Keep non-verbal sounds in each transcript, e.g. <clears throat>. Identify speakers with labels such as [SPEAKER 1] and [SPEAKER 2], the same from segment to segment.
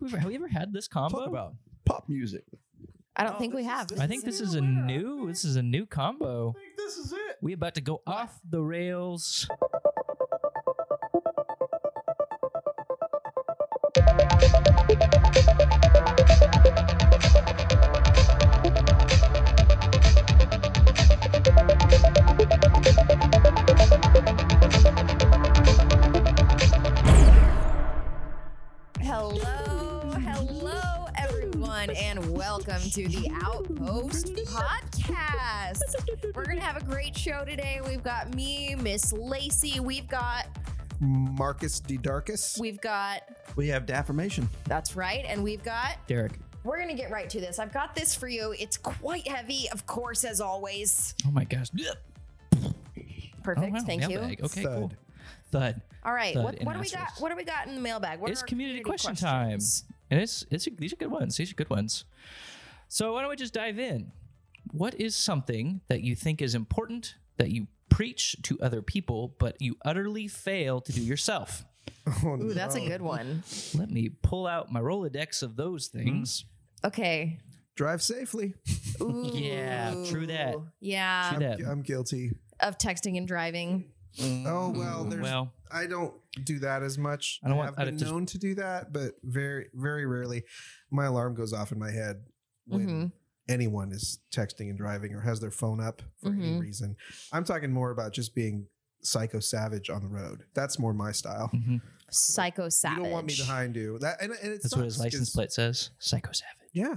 [SPEAKER 1] we've have we ever had this combo?
[SPEAKER 2] Talk about pop music.
[SPEAKER 3] I don't
[SPEAKER 2] Oh,
[SPEAKER 3] think we
[SPEAKER 2] this is-
[SPEAKER 3] have.
[SPEAKER 2] this
[SPEAKER 1] I think this is a
[SPEAKER 2] Yeah,
[SPEAKER 1] new.
[SPEAKER 2] dude.
[SPEAKER 1] This is a new combo.
[SPEAKER 2] think this is it.
[SPEAKER 1] We about to go off the rails.
[SPEAKER 3] <laughs> Hello, hello, everyone, and welcome to the Outpost Podcast. We're gonna have a great show today. We've got me, Miss Lacey. We've got,
[SPEAKER 4] Marcus DeDarkus.
[SPEAKER 3] we've got.
[SPEAKER 2] We have Daffirmation.
[SPEAKER 3] That's right, and we've got.
[SPEAKER 1] Derek.
[SPEAKER 3] We're gonna get right to this. I've got this for you. It's quite heavy, of course, as always.
[SPEAKER 1] Oh my gosh.
[SPEAKER 3] Perfect.
[SPEAKER 1] Oh, wow,
[SPEAKER 3] Thank you.
[SPEAKER 1] mailbag. Okay, cool.
[SPEAKER 4] Thud.
[SPEAKER 1] Thud.
[SPEAKER 3] All right.
[SPEAKER 1] Thud
[SPEAKER 3] What,
[SPEAKER 1] in
[SPEAKER 3] what do we
[SPEAKER 1] asterisk.
[SPEAKER 3] got? What do we got in the mailbag? What
[SPEAKER 1] It's
[SPEAKER 3] are our
[SPEAKER 1] community question
[SPEAKER 3] questions?
[SPEAKER 1] And it's it's these are good ones. These are good ones. So why don't we just dive in? What is something that you think is important that you preach to other people, but you utterly fail to do yourself?
[SPEAKER 4] Oh,
[SPEAKER 3] <laughs> Ooh, that's a
[SPEAKER 4] no.
[SPEAKER 3] good one.
[SPEAKER 1] Let me pull out my Rolodex of those things.
[SPEAKER 2] Mm.
[SPEAKER 3] Okay.
[SPEAKER 4] Drive safely.
[SPEAKER 3] Ooh.
[SPEAKER 1] <laughs> Yeah, true that.
[SPEAKER 3] Yeah.
[SPEAKER 1] True
[SPEAKER 4] I'm,
[SPEAKER 1] that.
[SPEAKER 4] I'm guilty.
[SPEAKER 3] of texting and driving. Mm.
[SPEAKER 4] Oh well, there's.
[SPEAKER 1] Well,
[SPEAKER 4] I don't do that as much.
[SPEAKER 1] I don't want-
[SPEAKER 4] have
[SPEAKER 1] I
[SPEAKER 4] been
[SPEAKER 1] don't just-
[SPEAKER 4] known to do that, but very, very rarely. My alarm goes off in my head when
[SPEAKER 3] Mhm.
[SPEAKER 4] anyone is texting and driving or has their phone up for any
[SPEAKER 3] Mhm.
[SPEAKER 4] reason. I'm talking more about just being psycho savage on the road. That's more my style.
[SPEAKER 1] mhm.
[SPEAKER 3] Psycho savage.
[SPEAKER 4] You don't want me behind you. That and, and it's
[SPEAKER 1] that's what his license plate says. Psycho Savage.
[SPEAKER 4] Yeah,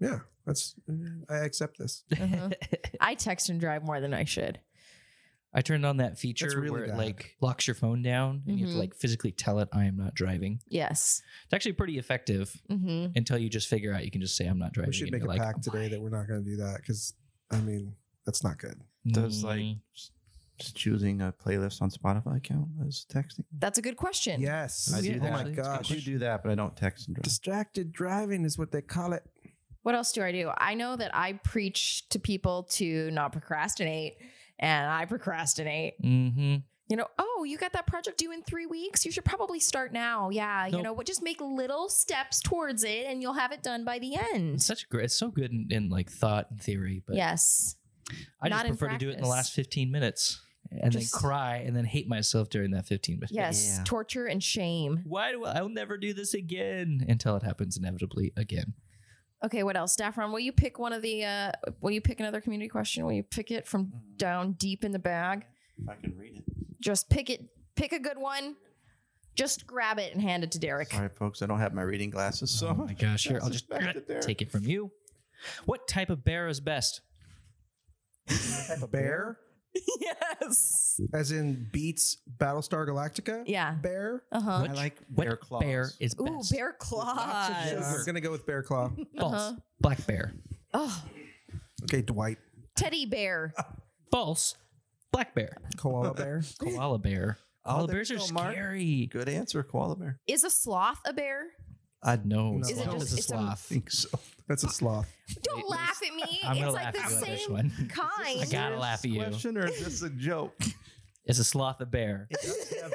[SPEAKER 4] yeah. That's mm, I accept this. <laughs>
[SPEAKER 3] Uh-huh. I text and drive more than I should.
[SPEAKER 1] <laughs> I turned on that feature
[SPEAKER 4] really
[SPEAKER 1] where it
[SPEAKER 4] bad.
[SPEAKER 1] like locks your phone down and you have to
[SPEAKER 3] Mhm.
[SPEAKER 1] like physically tell it I am not driving.
[SPEAKER 3] Yes.
[SPEAKER 1] It's actually pretty effective
[SPEAKER 3] hmm
[SPEAKER 1] until you just figure out you can just say I'm not driving.
[SPEAKER 4] We should
[SPEAKER 1] and
[SPEAKER 4] make a
[SPEAKER 1] you're like,
[SPEAKER 4] pact today that we're not going to do that because I mean that's not good.
[SPEAKER 5] Does like
[SPEAKER 1] Mm.
[SPEAKER 5] s- s- choosing a playlist on Spotify count as texting?
[SPEAKER 3] That's a good question.
[SPEAKER 4] Yes.
[SPEAKER 5] I do
[SPEAKER 4] oh
[SPEAKER 5] that.
[SPEAKER 4] my
[SPEAKER 1] It's
[SPEAKER 5] I
[SPEAKER 4] gosh.
[SPEAKER 5] do do that, but I don't text and drive.
[SPEAKER 4] Distracted driving is what they call it.
[SPEAKER 3] What else do I do? I know that I preach to people to not procrastinate, and I procrastinate.
[SPEAKER 1] Mm-hmm.
[SPEAKER 3] You know, oh, you got that project due in three weeks. You should probably start now. Yeah. You
[SPEAKER 1] Nope.
[SPEAKER 3] know, what? Just make little steps towards it, and you'll have it done by the
[SPEAKER 1] It's
[SPEAKER 3] end.
[SPEAKER 1] such great. It's so good in, in like thought and theory, but
[SPEAKER 3] Yes.
[SPEAKER 1] I just
[SPEAKER 3] not in
[SPEAKER 1] prefer to do it in the
[SPEAKER 3] practice.
[SPEAKER 1] last 15 minutes and
[SPEAKER 3] Just-
[SPEAKER 1] then cry and then hate myself during that 15 minutes.
[SPEAKER 3] Yes.
[SPEAKER 5] Yeah.
[SPEAKER 3] Torture and shame.
[SPEAKER 1] <laughs> Why do I, I'll never do this again until it happens inevitably again.
[SPEAKER 3] Okay, what else? Daffron, will you pick one of the uh will you pick another community question? Will you pick it from
[SPEAKER 1] Mm-hmm.
[SPEAKER 3] down deep in the bag?
[SPEAKER 5] If I can read it.
[SPEAKER 3] Just pick it pick a good one. Just grab it and hand it to Derek.
[SPEAKER 5] Sorry, folks, I don't have my reading glasses. So
[SPEAKER 1] oh my gosh, here, I'll
[SPEAKER 5] That's
[SPEAKER 1] just <clears throat>
[SPEAKER 5] expected there.
[SPEAKER 1] take it from you. What type of bear is best?
[SPEAKER 4] Bear,
[SPEAKER 3] <laughs> yes.
[SPEAKER 4] as in beats Battlestar Galactica.
[SPEAKER 3] Yeah.
[SPEAKER 4] Bear.
[SPEAKER 3] Uh-huh.
[SPEAKER 1] What-
[SPEAKER 5] I like
[SPEAKER 1] what
[SPEAKER 5] bear claws.
[SPEAKER 1] Bear is
[SPEAKER 3] Ooh,
[SPEAKER 1] best.
[SPEAKER 3] bear claws.
[SPEAKER 4] Yeah, I'm gonna go with Bear Claw.
[SPEAKER 1] False.
[SPEAKER 3] Uh-huh.
[SPEAKER 1] Black bear.
[SPEAKER 3] Oh,
[SPEAKER 4] Okay, Dwight.
[SPEAKER 3] teddy bear.
[SPEAKER 1] False. Black bear.
[SPEAKER 4] Koala Bear.
[SPEAKER 1] Koala bear.
[SPEAKER 5] Oh,
[SPEAKER 1] Koala
[SPEAKER 5] there
[SPEAKER 1] bears
[SPEAKER 5] you
[SPEAKER 1] are
[SPEAKER 5] go, Mark.
[SPEAKER 1] scary.
[SPEAKER 5] Good answer, koala bear. <laughs>
[SPEAKER 3] Is a sloth a bear?
[SPEAKER 5] I
[SPEAKER 1] No,
[SPEAKER 4] Is it
[SPEAKER 1] sloth
[SPEAKER 4] just-
[SPEAKER 1] is a
[SPEAKER 3] it's a-
[SPEAKER 1] sloth.
[SPEAKER 5] <laughs> think so.
[SPEAKER 4] <laughs> That's a sloth.
[SPEAKER 3] Don't
[SPEAKER 1] It is-
[SPEAKER 3] laugh at me.
[SPEAKER 1] I'm gonna
[SPEAKER 3] it's like
[SPEAKER 1] laugh at you
[SPEAKER 3] the
[SPEAKER 1] on this
[SPEAKER 3] same
[SPEAKER 1] one.
[SPEAKER 3] <laughs>
[SPEAKER 1] <laughs>
[SPEAKER 3] kind.
[SPEAKER 1] I gotta laugh at you.
[SPEAKER 5] Question or is this
[SPEAKER 1] <laughs>
[SPEAKER 5] a joke?
[SPEAKER 1] Is a sloth a
[SPEAKER 5] <laughs>
[SPEAKER 1] bear?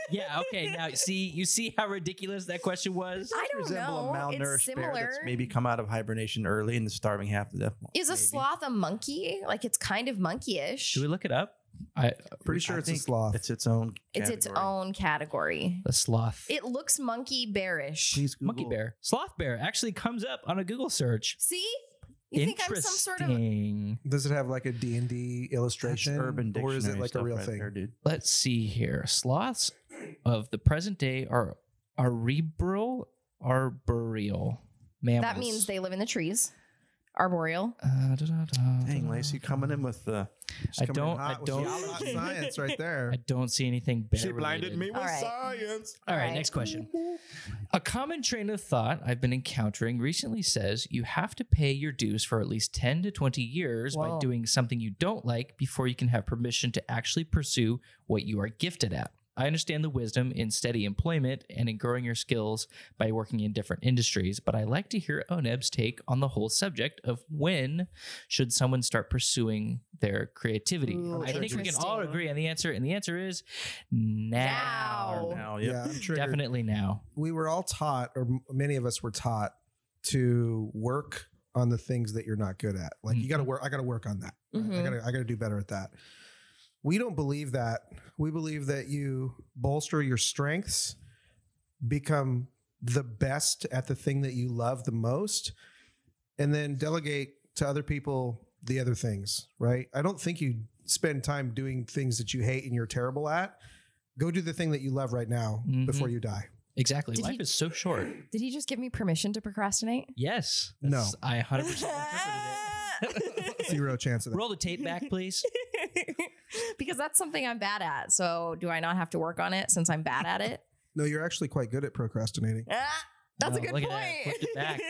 [SPEAKER 1] yeah. Okay. Now, see, you see how ridiculous that question was.
[SPEAKER 3] <laughs> I don't
[SPEAKER 5] Resemble
[SPEAKER 3] know.
[SPEAKER 5] a
[SPEAKER 3] It's
[SPEAKER 5] malnourished bear
[SPEAKER 3] similar.
[SPEAKER 5] that's maybe come out of hibernation early and is starving half to death.
[SPEAKER 3] Is a
[SPEAKER 5] Maybe.
[SPEAKER 3] sloth a monkey? Like it's kind of monkeyish.
[SPEAKER 1] Should we look it up? I
[SPEAKER 4] Pretty
[SPEAKER 5] I
[SPEAKER 4] sure it's a
[SPEAKER 5] think
[SPEAKER 4] sloth.
[SPEAKER 5] It's its own.
[SPEAKER 3] It's its
[SPEAKER 5] category.
[SPEAKER 3] own category.
[SPEAKER 1] a sloth.
[SPEAKER 3] It looks monkey bearish.
[SPEAKER 5] Please Google.
[SPEAKER 1] Monkey bear, sloth bear actually comes up on a Google search.
[SPEAKER 3] See? You think I'm some sort of
[SPEAKER 1] Interesting.
[SPEAKER 4] Does it have like a D and D
[SPEAKER 5] That's
[SPEAKER 4] illustration,
[SPEAKER 5] urban
[SPEAKER 4] or is it
[SPEAKER 5] Dictionary
[SPEAKER 4] like a
[SPEAKER 5] stuff
[SPEAKER 4] real
[SPEAKER 5] right
[SPEAKER 4] thing?
[SPEAKER 5] there, dude.
[SPEAKER 1] Let's see here. Sloths of the present day are arboreal, arboreal mammals.
[SPEAKER 3] that means they live in the trees. Arboreal.
[SPEAKER 1] Uh, da, da, da,
[SPEAKER 5] Dang,
[SPEAKER 1] da,
[SPEAKER 5] Lacey,
[SPEAKER 1] da.
[SPEAKER 5] coming in with the.
[SPEAKER 4] She's
[SPEAKER 1] I
[SPEAKER 4] coming in
[SPEAKER 1] don't-
[SPEAKER 4] hot
[SPEAKER 1] I
[SPEAKER 4] with the
[SPEAKER 1] don't-
[SPEAKER 4] hot science right there.
[SPEAKER 1] I don't see anything bear. related.
[SPEAKER 3] with All right.
[SPEAKER 4] science.
[SPEAKER 1] All right,
[SPEAKER 3] All right.
[SPEAKER 1] next
[SPEAKER 3] <laughs>
[SPEAKER 1] question. A common train of thought I've been encountering recently says you have to pay your dues for at least 10 to 20 years by
[SPEAKER 3] Whoa.
[SPEAKER 1] doing something you don't like before you can have permission to actually pursue what you are gifted at. I understand the wisdom in steady employment and in growing your skills by working in different industries, but I like to hear Oneb's take on the whole subject of when should someone start pursuing their creativity.
[SPEAKER 3] Ooh,
[SPEAKER 1] I think we can all
[SPEAKER 3] interesting.
[SPEAKER 1] agree on the answer, and the answer is now.
[SPEAKER 3] Now.
[SPEAKER 5] Now,
[SPEAKER 4] Yeah, I'm triggered.
[SPEAKER 1] Oh. Definitely now.
[SPEAKER 4] We were all taught, or m- many of us were taught, to work on the things that you're not good at. Like you got to work. I got to work on that. I
[SPEAKER 3] Mhm.
[SPEAKER 4] gotta I gotta do better at that. We don't believe that. We believe that you bolster your strengths, become the best at the thing that you love the most, and then delegate to other people the other things, right? I don't think you spend time doing things that you hate and you're terrible at. Go do the thing that you love right now
[SPEAKER 1] Mhm.
[SPEAKER 4] before you die.
[SPEAKER 1] Exactly.
[SPEAKER 3] Did
[SPEAKER 1] Life
[SPEAKER 3] he-
[SPEAKER 1] is so short.
[SPEAKER 3] Did he just give me permission to procrastinate?
[SPEAKER 1] Yes.
[SPEAKER 4] No.
[SPEAKER 1] That's- I 100% interpreted it.
[SPEAKER 4] Zero chance <laughs> of that.
[SPEAKER 1] Roll the tape back, please.
[SPEAKER 3] <laughs>
[SPEAKER 1] <laughs>
[SPEAKER 3] because that's something I'm bad at. So do I not have to work on it since I'm bad at it?
[SPEAKER 4] No, you're actually quite good at procrastinating.
[SPEAKER 3] <laughs> Ah, that's a
[SPEAKER 1] No,
[SPEAKER 3] good
[SPEAKER 1] look at that.
[SPEAKER 3] point.
[SPEAKER 1] Flipped it
[SPEAKER 3] <laughs>
[SPEAKER 1] back.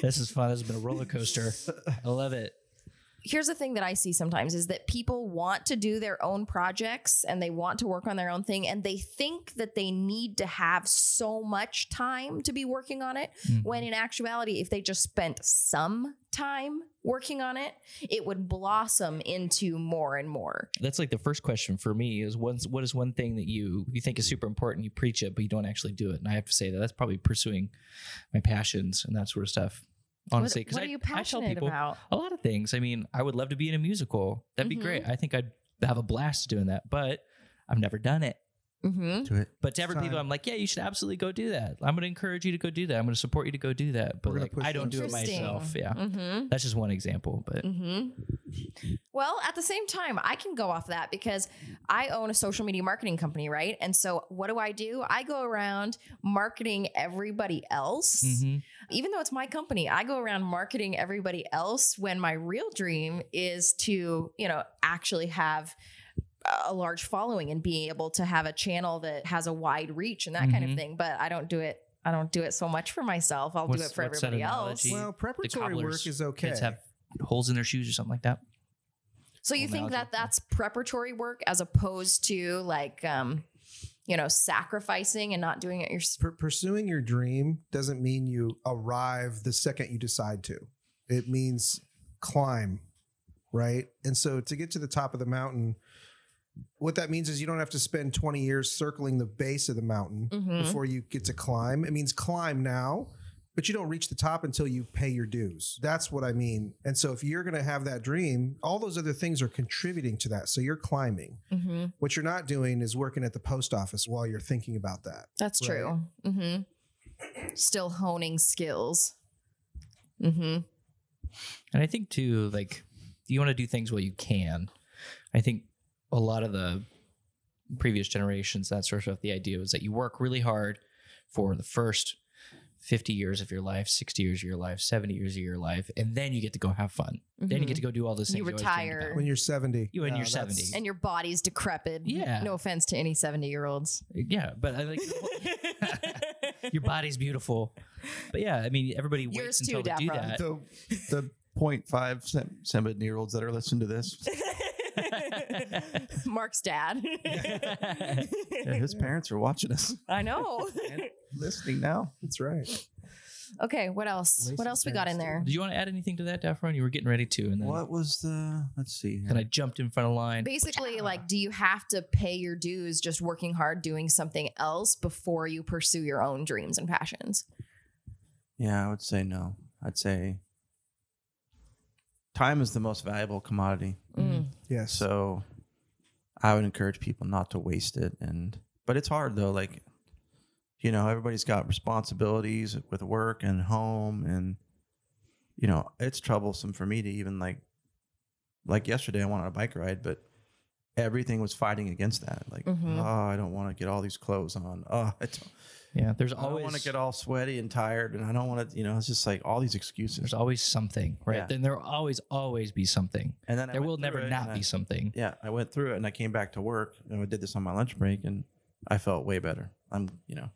[SPEAKER 1] This is fun. This has been a roller coaster. I love it.
[SPEAKER 3] Here's the thing that I see sometimes is that people want to do their own projects and they want to work on their own thing and they think that they need to have so much time to be working on it when in actuality if they just spent some time working on it, it would blossom into more and more.
[SPEAKER 1] That's like the first question for me is what's what is one thing that you you think is super important, you preach it, but you don't actually do it. And I have to say that that's probably pursuing my passions and that sort of stuff.
[SPEAKER 3] What-
[SPEAKER 1] Honestly,
[SPEAKER 3] what,
[SPEAKER 1] because
[SPEAKER 3] are you
[SPEAKER 1] I tell
[SPEAKER 3] passionate
[SPEAKER 1] people
[SPEAKER 3] about?
[SPEAKER 1] a lot of things. I mean, I would love to be in a musical. That'd be
[SPEAKER 3] Mhm.
[SPEAKER 1] great. I think I'd have a blast doing that, but I've never done it.
[SPEAKER 3] Mm-hmm.
[SPEAKER 5] to it.
[SPEAKER 1] But to every people,
[SPEAKER 4] Time.
[SPEAKER 1] I'm like, yeah, you should absolutely go do that. I'm going to encourage you to go do that. I'm going to support you to go do that. But
[SPEAKER 4] We're gonna
[SPEAKER 1] like,
[SPEAKER 4] push
[SPEAKER 1] I
[SPEAKER 4] you
[SPEAKER 1] don't do it myself. Yeah.
[SPEAKER 3] Mm-hmm.
[SPEAKER 1] That's just one example, but
[SPEAKER 3] hmm Well, at the same time, I can go off that because I own a social media marketing company, right? And so, what do I do? I go around marketing everybody else.
[SPEAKER 1] Mhm.
[SPEAKER 3] Even though it's my company, I go around marketing everybody else when my real dream is to, you know, actually have a large following and be able to have a channel that has a wide reach and that kind
[SPEAKER 1] Mhm.
[SPEAKER 3] of thing. But I don't do it. I don't do it so much for myself. I'll do
[SPEAKER 1] What's-
[SPEAKER 3] it for
[SPEAKER 1] what's that
[SPEAKER 3] everybody else.
[SPEAKER 1] analogy?
[SPEAKER 4] Well, preparatory
[SPEAKER 1] cobblers
[SPEAKER 4] work is okay.
[SPEAKER 1] kids have holes in their shoes or something like that.
[SPEAKER 3] So you
[SPEAKER 1] Well,
[SPEAKER 3] think
[SPEAKER 1] analogy.
[SPEAKER 3] that that's preparatory work as opposed to like, um, you know, sacrificing and not doing it yourself?
[SPEAKER 4] Pur- pursuing your dream doesn't mean you arrive the second you decide to. It means climb, right? And so to get to the top of the mountain, what that means is you don't have to spend 20 years circling the base of the mountain
[SPEAKER 3] Mm-hmm.
[SPEAKER 4] before you get to climb. It means climb now, but you don't reach the top until you pay your dues. That's what I mean. And so if you're going to have that dream, all those other things are contributing to that. So you're climbing.
[SPEAKER 3] Mm-hmm.
[SPEAKER 4] What you're not doing is working at the post office while you're thinking about that.
[SPEAKER 3] That's
[SPEAKER 4] Right.
[SPEAKER 3] true. Mm-hmm. Still honing skills. Mm-hmm.
[SPEAKER 1] And I think too, like you want to do things while you can. I think a lot of the previous generations, that sort of stuff, the idea was that you work really hard for the first 50 years of your life, 60 years of your life, 70 years of your life, and then you get to go have fun. Then you get to go do all those things.
[SPEAKER 3] Mm-hmm. You
[SPEAKER 1] always
[SPEAKER 3] retire.
[SPEAKER 1] dreamed about.
[SPEAKER 4] when you're 70
[SPEAKER 1] You and
[SPEAKER 4] Yeah,
[SPEAKER 1] you're
[SPEAKER 4] that's-
[SPEAKER 1] 70.
[SPEAKER 3] and your body's decrepit.
[SPEAKER 1] Yeah.
[SPEAKER 3] No offense to any 70 year
[SPEAKER 1] <laughs>
[SPEAKER 3] olds.
[SPEAKER 1] Yeah, but I like your body's beautiful. But yeah, I mean, everybody waits
[SPEAKER 3] Yours
[SPEAKER 1] until
[SPEAKER 3] too,
[SPEAKER 1] they do that.
[SPEAKER 3] Dapra.
[SPEAKER 5] The the 0.5 seven year olds that are listening
[SPEAKER 1] <laughs>
[SPEAKER 5] to this,
[SPEAKER 3] Mark's dad.
[SPEAKER 5] yeah, his parents are watching us,
[SPEAKER 4] <laughs>
[SPEAKER 1] <laughs>
[SPEAKER 3] I know.
[SPEAKER 5] listening now.
[SPEAKER 4] that's right
[SPEAKER 3] Okay, what else? What
[SPEAKER 4] Laces
[SPEAKER 3] else we got in
[SPEAKER 4] fast.
[SPEAKER 3] there?
[SPEAKER 1] Do you want to add anything to that, Daphron? You were getting ready to, and then
[SPEAKER 5] What was the? Let's see. here.
[SPEAKER 1] then I jumped in front of line.
[SPEAKER 3] basically like do you have to pay your dues just working hard doing something else before you pursue your own dreams and passions
[SPEAKER 5] Yeah, I would say no. I'd say time is the most valuable commodity.
[SPEAKER 1] Mm.
[SPEAKER 4] yes <laughs>
[SPEAKER 5] So I would encourage people not to waste it and but it's hard though like you know everybody's got responsibilities with work and home and you know it's troublesome for me to even like like yesterday I wanted a bike ride but everything was fighting against that like
[SPEAKER 3] Mhm.
[SPEAKER 1] Mm-hmm.
[SPEAKER 5] oh I don't want to get all these clothes on oh I don't,
[SPEAKER 1] yeah, there's
[SPEAKER 5] I don't
[SPEAKER 1] always
[SPEAKER 5] want to get all sweaty and tired and I don't want to you know it's just like all these excuses
[SPEAKER 1] there's always something, right?
[SPEAKER 5] Yeah.
[SPEAKER 1] Then there will always always be something.
[SPEAKER 5] and then I
[SPEAKER 1] There
[SPEAKER 5] went
[SPEAKER 1] will
[SPEAKER 5] through it
[SPEAKER 1] never
[SPEAKER 5] and
[SPEAKER 1] not
[SPEAKER 5] I-
[SPEAKER 1] be something.
[SPEAKER 5] yeah, I went through it and I came back to work and I did this on my lunch break and I felt way better. I'm, you know,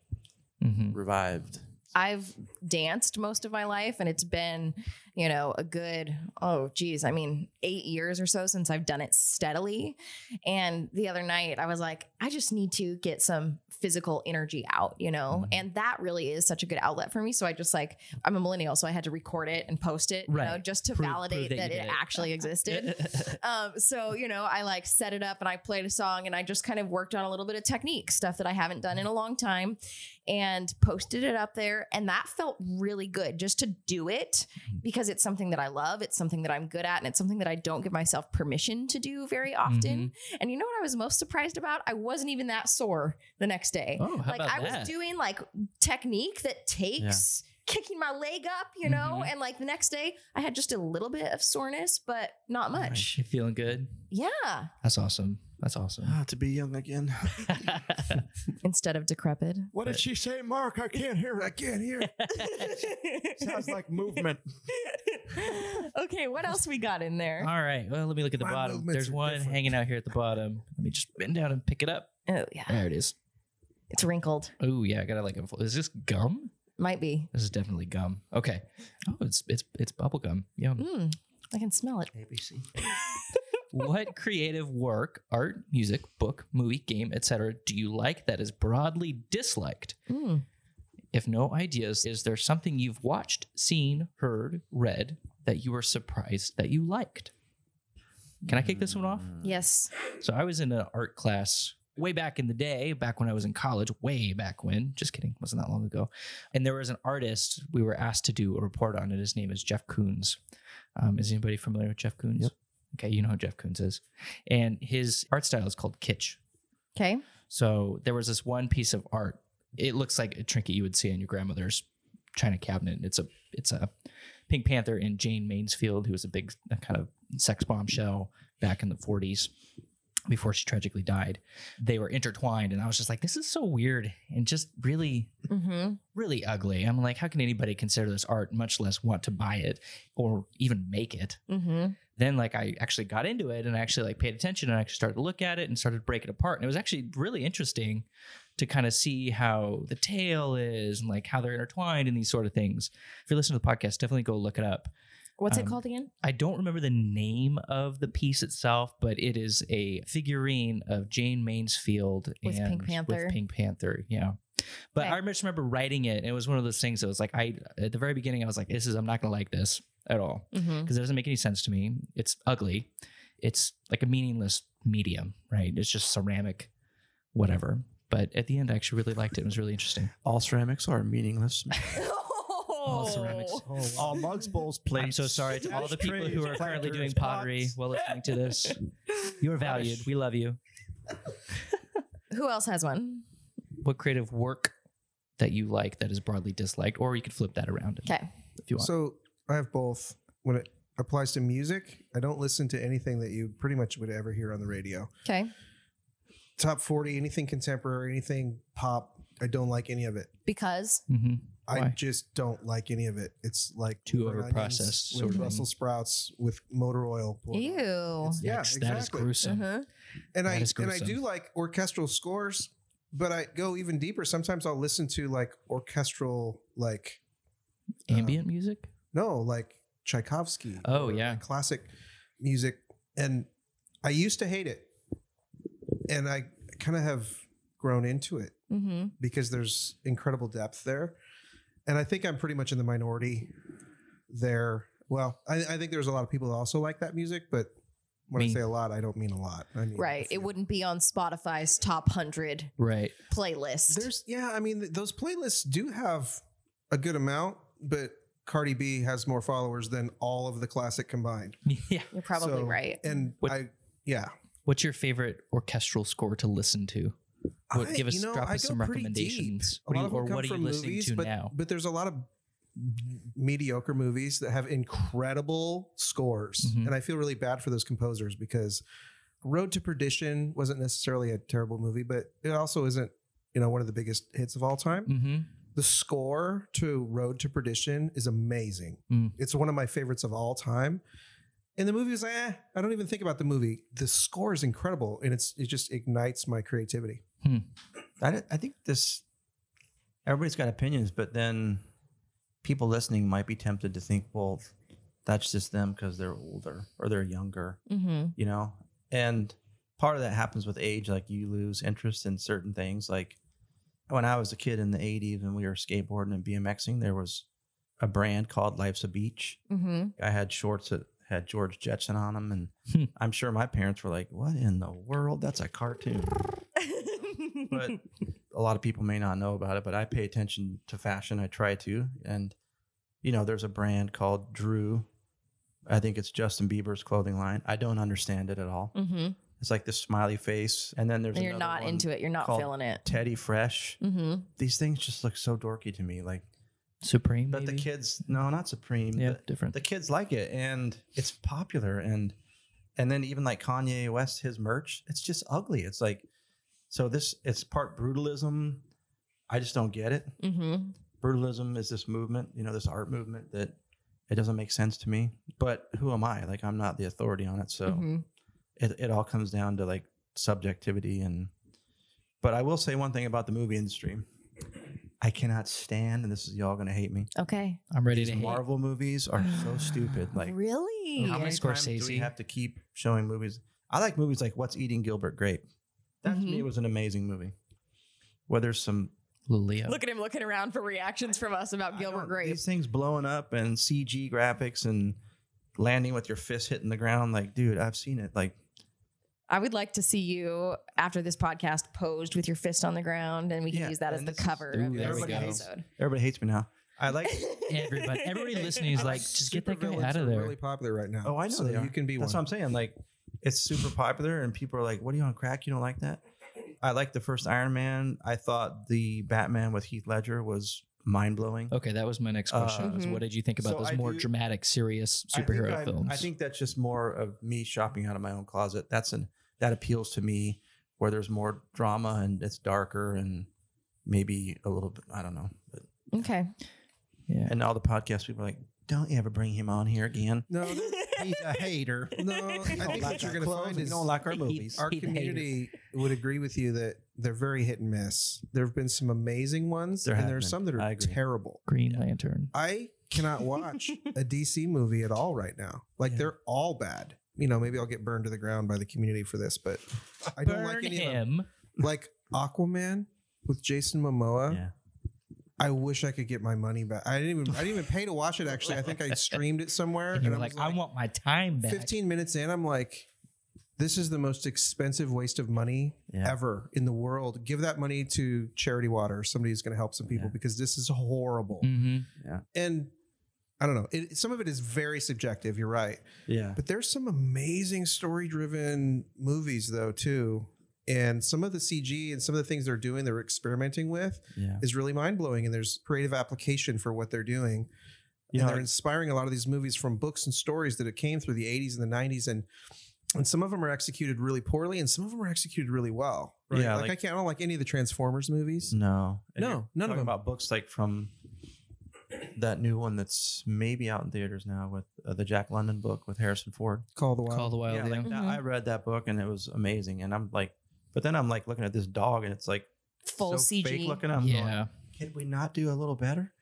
[SPEAKER 1] hmm
[SPEAKER 5] revived.
[SPEAKER 3] I've danced most of my life, and it's been, you know, a good, oh, geez, I mean, eight years or so since I've done it steadily. And the other night, I was like, I just need to get some physical energy out, you know?
[SPEAKER 1] Mhm.
[SPEAKER 3] And that really is such a good outlet for me. So I just like, I'm a millennial, so I had to record it and post it, you know,
[SPEAKER 1] Right.
[SPEAKER 3] just to
[SPEAKER 1] Prove-
[SPEAKER 3] validate
[SPEAKER 1] prove that
[SPEAKER 3] that,
[SPEAKER 1] you
[SPEAKER 3] it
[SPEAKER 1] did it.
[SPEAKER 3] actually existed.
[SPEAKER 1] <laughs>
[SPEAKER 3] um, so, you know, I like set it up and I played a song and I just kind of worked on a little bit of technique, stuff that I haven't done in a long time and posted it up there. And that felt really good just to do it
[SPEAKER 1] Mm-hmm.
[SPEAKER 3] because it's something that I love. It's something that I'm good at. And it's something that I don't give myself permission to do very often.
[SPEAKER 1] Mm-hmm.
[SPEAKER 3] And you know what I was most surprised about? I wasn't even that sore the next day.
[SPEAKER 1] Oh, how
[SPEAKER 3] like
[SPEAKER 1] about
[SPEAKER 3] I
[SPEAKER 1] that?
[SPEAKER 3] was doing like technique that takes kicking my leg up, you know,
[SPEAKER 1] Mm-hmm.
[SPEAKER 3] and like the next day I had just a little bit of soreness, but
[SPEAKER 1] Oh,
[SPEAKER 3] not much.
[SPEAKER 1] You feeling good?
[SPEAKER 3] Yeah.
[SPEAKER 1] That's awesome. That's awesome.
[SPEAKER 5] Ah, to be young again.
[SPEAKER 3] Instead of decrepit.
[SPEAKER 5] What did she say, Mark? I can't hear. I
[SPEAKER 1] <laughs>
[SPEAKER 5] can't hear. Sounds like movement.
[SPEAKER 3] <laughs> okay, what else we got in there?
[SPEAKER 1] <laughs> All right. Well, let me look at the
[SPEAKER 4] My
[SPEAKER 1] bottom.
[SPEAKER 4] movements
[SPEAKER 1] There's
[SPEAKER 4] are
[SPEAKER 1] one
[SPEAKER 4] different.
[SPEAKER 1] hanging out here at the bottom. Let me just bend down and pick it up.
[SPEAKER 3] Oh yeah.
[SPEAKER 1] There it is.
[SPEAKER 3] It's wrinkled.
[SPEAKER 1] Oh yeah, I gotta like. unfold- Is this gum?
[SPEAKER 3] Might be.
[SPEAKER 1] This is definitely gum. Okay. Oh, it's it's it's bubble gum.
[SPEAKER 3] <laughs>
[SPEAKER 1] Yum.
[SPEAKER 3] Mm, I can smell it.
[SPEAKER 5] ABC.
[SPEAKER 1] what creative work, art, music, book, movie, game, etc., do you like that is broadly disliked?
[SPEAKER 3] Mm.
[SPEAKER 1] If no ideas, is there something you've watched, seen, heard, read that you were surprised that you liked? Can I kick this one off?
[SPEAKER 5] Mm.
[SPEAKER 3] Yes.
[SPEAKER 1] So I was in an art class way back in the day, back when I was in college, way back when. Just kidding, wasn't that long ago. And there was an artist we were asked to do a report on, and his name is Jeff Koons. Um, is anybody familiar with Jeff Koons?
[SPEAKER 5] Yep.
[SPEAKER 1] Okay, you know who Jeff Koons is. And his art style is called kitsch.
[SPEAKER 3] Okay.
[SPEAKER 1] So there was this one piece of art. It looks like a trinket you would see in your grandmother's china cabinet. It's a it's a Pink Panther and Jane Mansfield, who was a big uh, kind of sex bombshell back in the 40s before she tragically died. They were intertwined, and I was just like, this is so weird and just really
[SPEAKER 3] Mm-hmm.
[SPEAKER 1] really ugly. I'm like, how can anybody consider this art, much less want to buy it or even make it?
[SPEAKER 3] Mm-hmm.
[SPEAKER 1] then like I actually got into it and I actually like paid attention and I actually started to look at it and started breaking it apart. And it was actually really interesting to kind of see how the tail is and like how they're intertwined and these sort of things. If you listen to the podcast, definitely go look it up.
[SPEAKER 3] What's
[SPEAKER 1] Um,
[SPEAKER 3] it called again?
[SPEAKER 1] I don't remember the name of the piece itself, but it is a figurine of Jane Mansfield
[SPEAKER 3] With
[SPEAKER 1] and
[SPEAKER 3] Pink Panther.
[SPEAKER 1] With Pink Panther, yeah. But I
[SPEAKER 3] Right.
[SPEAKER 1] just remember writing it, and it was one of those things that was like, I at the very beginning, I was like, "This is I'm not gonna like this at all."
[SPEAKER 3] Mm-hmm.
[SPEAKER 1] because it doesn't make any sense to me. It's ugly. It's like a meaningless medium, right? It's just ceramic, whatever. But at the end, I actually really liked it. It was really interesting.
[SPEAKER 5] All ceramics are meaningless.
[SPEAKER 1] <laughs> All ceramics.
[SPEAKER 5] <laughs>
[SPEAKER 3] Oh.
[SPEAKER 4] Oh,
[SPEAKER 1] <laughs>
[SPEAKER 5] All mugs, bowls, plates.
[SPEAKER 1] I'm so sorry to all the people who are currently doing pottery
[SPEAKER 5] platters,
[SPEAKER 1] while listening to
[SPEAKER 4] <laughs>
[SPEAKER 1] this. You're valued. We love you.
[SPEAKER 3] <laughs> Who else has one?
[SPEAKER 1] What creative work that you like that is broadly disliked, or you could flip that around
[SPEAKER 3] Okay.
[SPEAKER 1] if you want.
[SPEAKER 4] So I have both. When it applies to music, I don't listen to anything that you pretty much would ever hear on the radio.
[SPEAKER 3] Okay.
[SPEAKER 4] Top 40, anything contemporary, anything pop, I don't like any of it.
[SPEAKER 3] Because
[SPEAKER 1] hmm
[SPEAKER 4] I
[SPEAKER 1] Why?
[SPEAKER 4] just don't like any of it. It's like
[SPEAKER 1] Too
[SPEAKER 4] liver and
[SPEAKER 1] overprocessed
[SPEAKER 4] onions
[SPEAKER 1] sort of
[SPEAKER 4] with
[SPEAKER 1] thing.
[SPEAKER 4] Brussels sprouts with motor oil. poured on it.
[SPEAKER 3] ew.
[SPEAKER 4] It's- Yeah,
[SPEAKER 1] that is
[SPEAKER 4] exactly.
[SPEAKER 1] gruesome.
[SPEAKER 3] Uh-huh.
[SPEAKER 4] and
[SPEAKER 1] That
[SPEAKER 4] I
[SPEAKER 1] is
[SPEAKER 4] and I
[SPEAKER 1] gruesome.
[SPEAKER 4] do like orchestral scores, but I go even deeper. Sometimes I'll listen to like orchestral, like
[SPEAKER 1] Ambient music?
[SPEAKER 4] no, like Tchaikovsky.
[SPEAKER 1] Oh,
[SPEAKER 4] or,
[SPEAKER 1] yeah.
[SPEAKER 4] like, classic music, and I used to hate it, and I kind of have grown into it
[SPEAKER 3] Mm-hmm.
[SPEAKER 4] because there's incredible depth there, and I think I'm pretty much in the minority there. Well, I, I think there's a lot of people that also like that music, but when
[SPEAKER 1] Me.
[SPEAKER 4] I say a lot, I don't mean a lot. I mean a
[SPEAKER 3] Right. It
[SPEAKER 4] few.
[SPEAKER 3] wouldn't be on Spotify's top 100
[SPEAKER 1] Right. <laughs>
[SPEAKER 3] playlist.
[SPEAKER 4] There's yeah, I mean th- those playlists do have a good amount, but Cardi B has more followers than all of the classic combined.
[SPEAKER 1] Yeah.
[SPEAKER 3] You're probably
[SPEAKER 4] So-
[SPEAKER 3] right.
[SPEAKER 4] And
[SPEAKER 1] What-
[SPEAKER 4] I yeah,
[SPEAKER 1] What's your favorite orchestral score to listen to? What,
[SPEAKER 4] I-
[SPEAKER 1] give us
[SPEAKER 4] you know,
[SPEAKER 1] drop
[SPEAKER 4] I
[SPEAKER 1] us
[SPEAKER 4] go
[SPEAKER 1] some
[SPEAKER 4] pretty deep.
[SPEAKER 1] recommendations.
[SPEAKER 4] A
[SPEAKER 1] What do
[SPEAKER 4] lot
[SPEAKER 1] you,
[SPEAKER 4] of them
[SPEAKER 1] or
[SPEAKER 4] come
[SPEAKER 1] what are you
[SPEAKER 4] from
[SPEAKER 1] listening
[SPEAKER 4] movies,
[SPEAKER 1] to
[SPEAKER 4] but,
[SPEAKER 1] now?
[SPEAKER 4] But there's a lot of mediocre movies that have incredible scores,
[SPEAKER 1] Mhm.
[SPEAKER 4] and I feel really bad for those composers because Road to Perdition wasn't necessarily a terrible movie, but it also isn't you know one of the biggest hits of all time.
[SPEAKER 1] mm-hmm.
[SPEAKER 4] The score to Road to Perdition is amazing.
[SPEAKER 1] Mm.
[SPEAKER 4] It's one of my favorites of all time. And the movie was like, eh, I don't even think about the movie. The score is incredible, and it's it just ignites my creativity.
[SPEAKER 5] I, I think this everybody's got opinions, but then people listening might be tempted to think, well, that's just them because they're older or they're younger,
[SPEAKER 3] Mm-hmm.
[SPEAKER 5] you know? And part of that happens with age. Like you lose interest in certain things. Like when I was a kid in the 80s and we were skateboarding and BMXing, there was a brand called Life's a Beach.
[SPEAKER 3] Mm-hmm.
[SPEAKER 5] I had shorts that had George Jetson on them, and
[SPEAKER 1] Hmm.
[SPEAKER 5] I'm sure my parents were like, "What in the world? That's a cartoon." But a lot of people may not know about it. But I pay attention to fashion. I try to, and you know, there's a brand called Drew. I think it's Justin Bieber's clothing line. I don't understand it at all.
[SPEAKER 3] mm-hmm.
[SPEAKER 5] It's like this smiley face, and then there's
[SPEAKER 3] You're
[SPEAKER 5] another
[SPEAKER 3] not
[SPEAKER 5] one,
[SPEAKER 3] into it. You're not
[SPEAKER 5] called
[SPEAKER 3] feeling it.
[SPEAKER 5] Teddy Fresh.
[SPEAKER 3] Mm-hmm.
[SPEAKER 5] These things just look so dorky to me. Like,
[SPEAKER 1] Supreme.
[SPEAKER 5] but the
[SPEAKER 1] maybe?
[SPEAKER 5] kids, no, not Supreme.
[SPEAKER 1] Yeah,
[SPEAKER 5] the-
[SPEAKER 1] different.
[SPEAKER 5] the kids like it and it's popular and and then even like Kanye West his merch it's just ugly it's like so this it's part brutalism I just don't get it
[SPEAKER 3] Mm-hmm.
[SPEAKER 5] brutalism is this movement you know this art movement that it doesn't make sense to me but who am I like I'm not the authority on it so
[SPEAKER 3] mm-hmm.
[SPEAKER 5] it, it all comes down to like subjectivity and but I will say one thing about the movie industry I cannot stand and this is y'all gonna hate me
[SPEAKER 3] Okay.
[SPEAKER 1] I'm ready to
[SPEAKER 5] these
[SPEAKER 1] hate. <laughs>
[SPEAKER 5] Marvel movies are
[SPEAKER 3] <sighs>
[SPEAKER 5] so stupid like
[SPEAKER 3] really?
[SPEAKER 5] how
[SPEAKER 1] Yeah.
[SPEAKER 5] many times do we
[SPEAKER 1] Scorsese.
[SPEAKER 5] have to keep showing movies? I like movies like What's Eating Gilbert Grape. That to
[SPEAKER 3] Mm-hmm.
[SPEAKER 5] me was an amazing movie. Where there's some
[SPEAKER 1] Leo.
[SPEAKER 3] Look <laughs> at him looking around for reactions from us about
[SPEAKER 5] I
[SPEAKER 3] Gilbert
[SPEAKER 5] don't-
[SPEAKER 3] Grape.
[SPEAKER 5] These things blowing up and CG graphics and landing with your fist hitting the ground. Like, dude, I've seen it. Like,
[SPEAKER 3] I would like to see you after this podcast posed with your fist on the ground, and we can
[SPEAKER 5] Yeah,
[SPEAKER 3] use that as
[SPEAKER 5] and
[SPEAKER 3] the
[SPEAKER 5] this is-
[SPEAKER 3] cover
[SPEAKER 1] Ooh,
[SPEAKER 3] of
[SPEAKER 1] there
[SPEAKER 3] this
[SPEAKER 1] we go.
[SPEAKER 3] episode.
[SPEAKER 5] everybody hates me now. I
[SPEAKER 3] <laughs>
[SPEAKER 5] like.
[SPEAKER 1] Everybody, everybody listening is like, just get that guy
[SPEAKER 4] Supervillains
[SPEAKER 1] out of
[SPEAKER 4] are
[SPEAKER 1] there.
[SPEAKER 4] Really popular right now.
[SPEAKER 5] Oh, I know
[SPEAKER 4] So
[SPEAKER 5] they are.
[SPEAKER 4] you can be
[SPEAKER 5] That's what
[SPEAKER 4] one.
[SPEAKER 5] I'm saying. Like, it's super popular, and people are like, "What are you on crack? You don't like that?" I like the first Iron Man. I thought the Batman with Heath Ledger was mind blowing.
[SPEAKER 1] Okay, that was my next question.
[SPEAKER 3] Uh,
[SPEAKER 1] was
[SPEAKER 3] Mhm.
[SPEAKER 1] what did you think about
[SPEAKER 5] so
[SPEAKER 1] those
[SPEAKER 5] I
[SPEAKER 1] more
[SPEAKER 5] do-
[SPEAKER 1] dramatic, serious
[SPEAKER 5] I think
[SPEAKER 1] superhero
[SPEAKER 5] I'm-
[SPEAKER 1] films?
[SPEAKER 5] I think that's just more of me shopping out of my own closet. That's an that appeals to me where there's more drama and it's darker and maybe a little bit I don't know. But,
[SPEAKER 3] <laughs> Okay.
[SPEAKER 1] yeah.
[SPEAKER 5] and all the podcast people are like, Don't you ever bring him on here again?
[SPEAKER 4] No, <laughs> th-
[SPEAKER 5] He's a hater.
[SPEAKER 4] no. I think what you're going to find is
[SPEAKER 5] don't like our movies. <laughs>
[SPEAKER 4] our
[SPEAKER 1] He's a hater.
[SPEAKER 4] community would agree with you that they're very hit and miss. There have been some amazing ones,
[SPEAKER 5] There
[SPEAKER 4] and
[SPEAKER 5] have
[SPEAKER 4] there are
[SPEAKER 5] been.
[SPEAKER 4] some that
[SPEAKER 5] I
[SPEAKER 4] are
[SPEAKER 5] agree.
[SPEAKER 4] terrible.
[SPEAKER 1] Green Lantern.
[SPEAKER 4] I cannot watch a DC movie at all right now. Like
[SPEAKER 5] Yeah.
[SPEAKER 4] they're all bad. You know, maybe I'll get burned to the ground by the community for this, but I don't like any of them.
[SPEAKER 1] him.
[SPEAKER 4] Like Aquaman with Jason Momoa.
[SPEAKER 5] Yeah.
[SPEAKER 4] I wish I could get my money back. I didn't even I didn't even pay to watch it actually. I think I streamed it somewhere.
[SPEAKER 1] And you're
[SPEAKER 4] I
[SPEAKER 1] like,
[SPEAKER 4] was
[SPEAKER 1] I want my time back.
[SPEAKER 4] 15 minutes in, I'm like, this is the most expensive waste of money
[SPEAKER 5] Yeah.
[SPEAKER 4] ever in the world. Give that money to Charity Water or somebody who's going to help some people
[SPEAKER 5] Yeah.
[SPEAKER 4] because this is horrible.
[SPEAKER 1] Mm-hmm.
[SPEAKER 4] And I don't know. It, some of it is very subjective. You're right.
[SPEAKER 5] Yeah.
[SPEAKER 4] But there's some amazing story driven movies, though, too. And some of the CG and some of the things they're doing, they're experimenting with,
[SPEAKER 5] Yeah.
[SPEAKER 4] is really mind blowing. And there's creative application for what they're doing
[SPEAKER 5] You
[SPEAKER 4] and
[SPEAKER 5] know,
[SPEAKER 4] they're inspiring a lot of these movies from books and stories that it came through the 80s and the 90s and and some of them are executed really poorly and some of them are executed really well right
[SPEAKER 5] Yeah,
[SPEAKER 4] like,
[SPEAKER 5] like- Mm.
[SPEAKER 4] i can't I don't like any of the transformers movies
[SPEAKER 5] no. And you're
[SPEAKER 4] no none of
[SPEAKER 5] talking
[SPEAKER 4] them
[SPEAKER 5] about books like from that new one that's maybe out in theaters now with uh, the Jack London book with Harrison Ford.
[SPEAKER 4] call the wild
[SPEAKER 1] Call the Wild.
[SPEAKER 5] yeah, like
[SPEAKER 1] Oh, yeah.
[SPEAKER 5] that- I read that book and it was amazing. And I'm like, but then I'm like looking at this dog and it's like
[SPEAKER 3] Full
[SPEAKER 5] so
[SPEAKER 3] CG.
[SPEAKER 5] fake looking. I'm yeah.
[SPEAKER 1] Yeah.
[SPEAKER 5] can we not do a little better?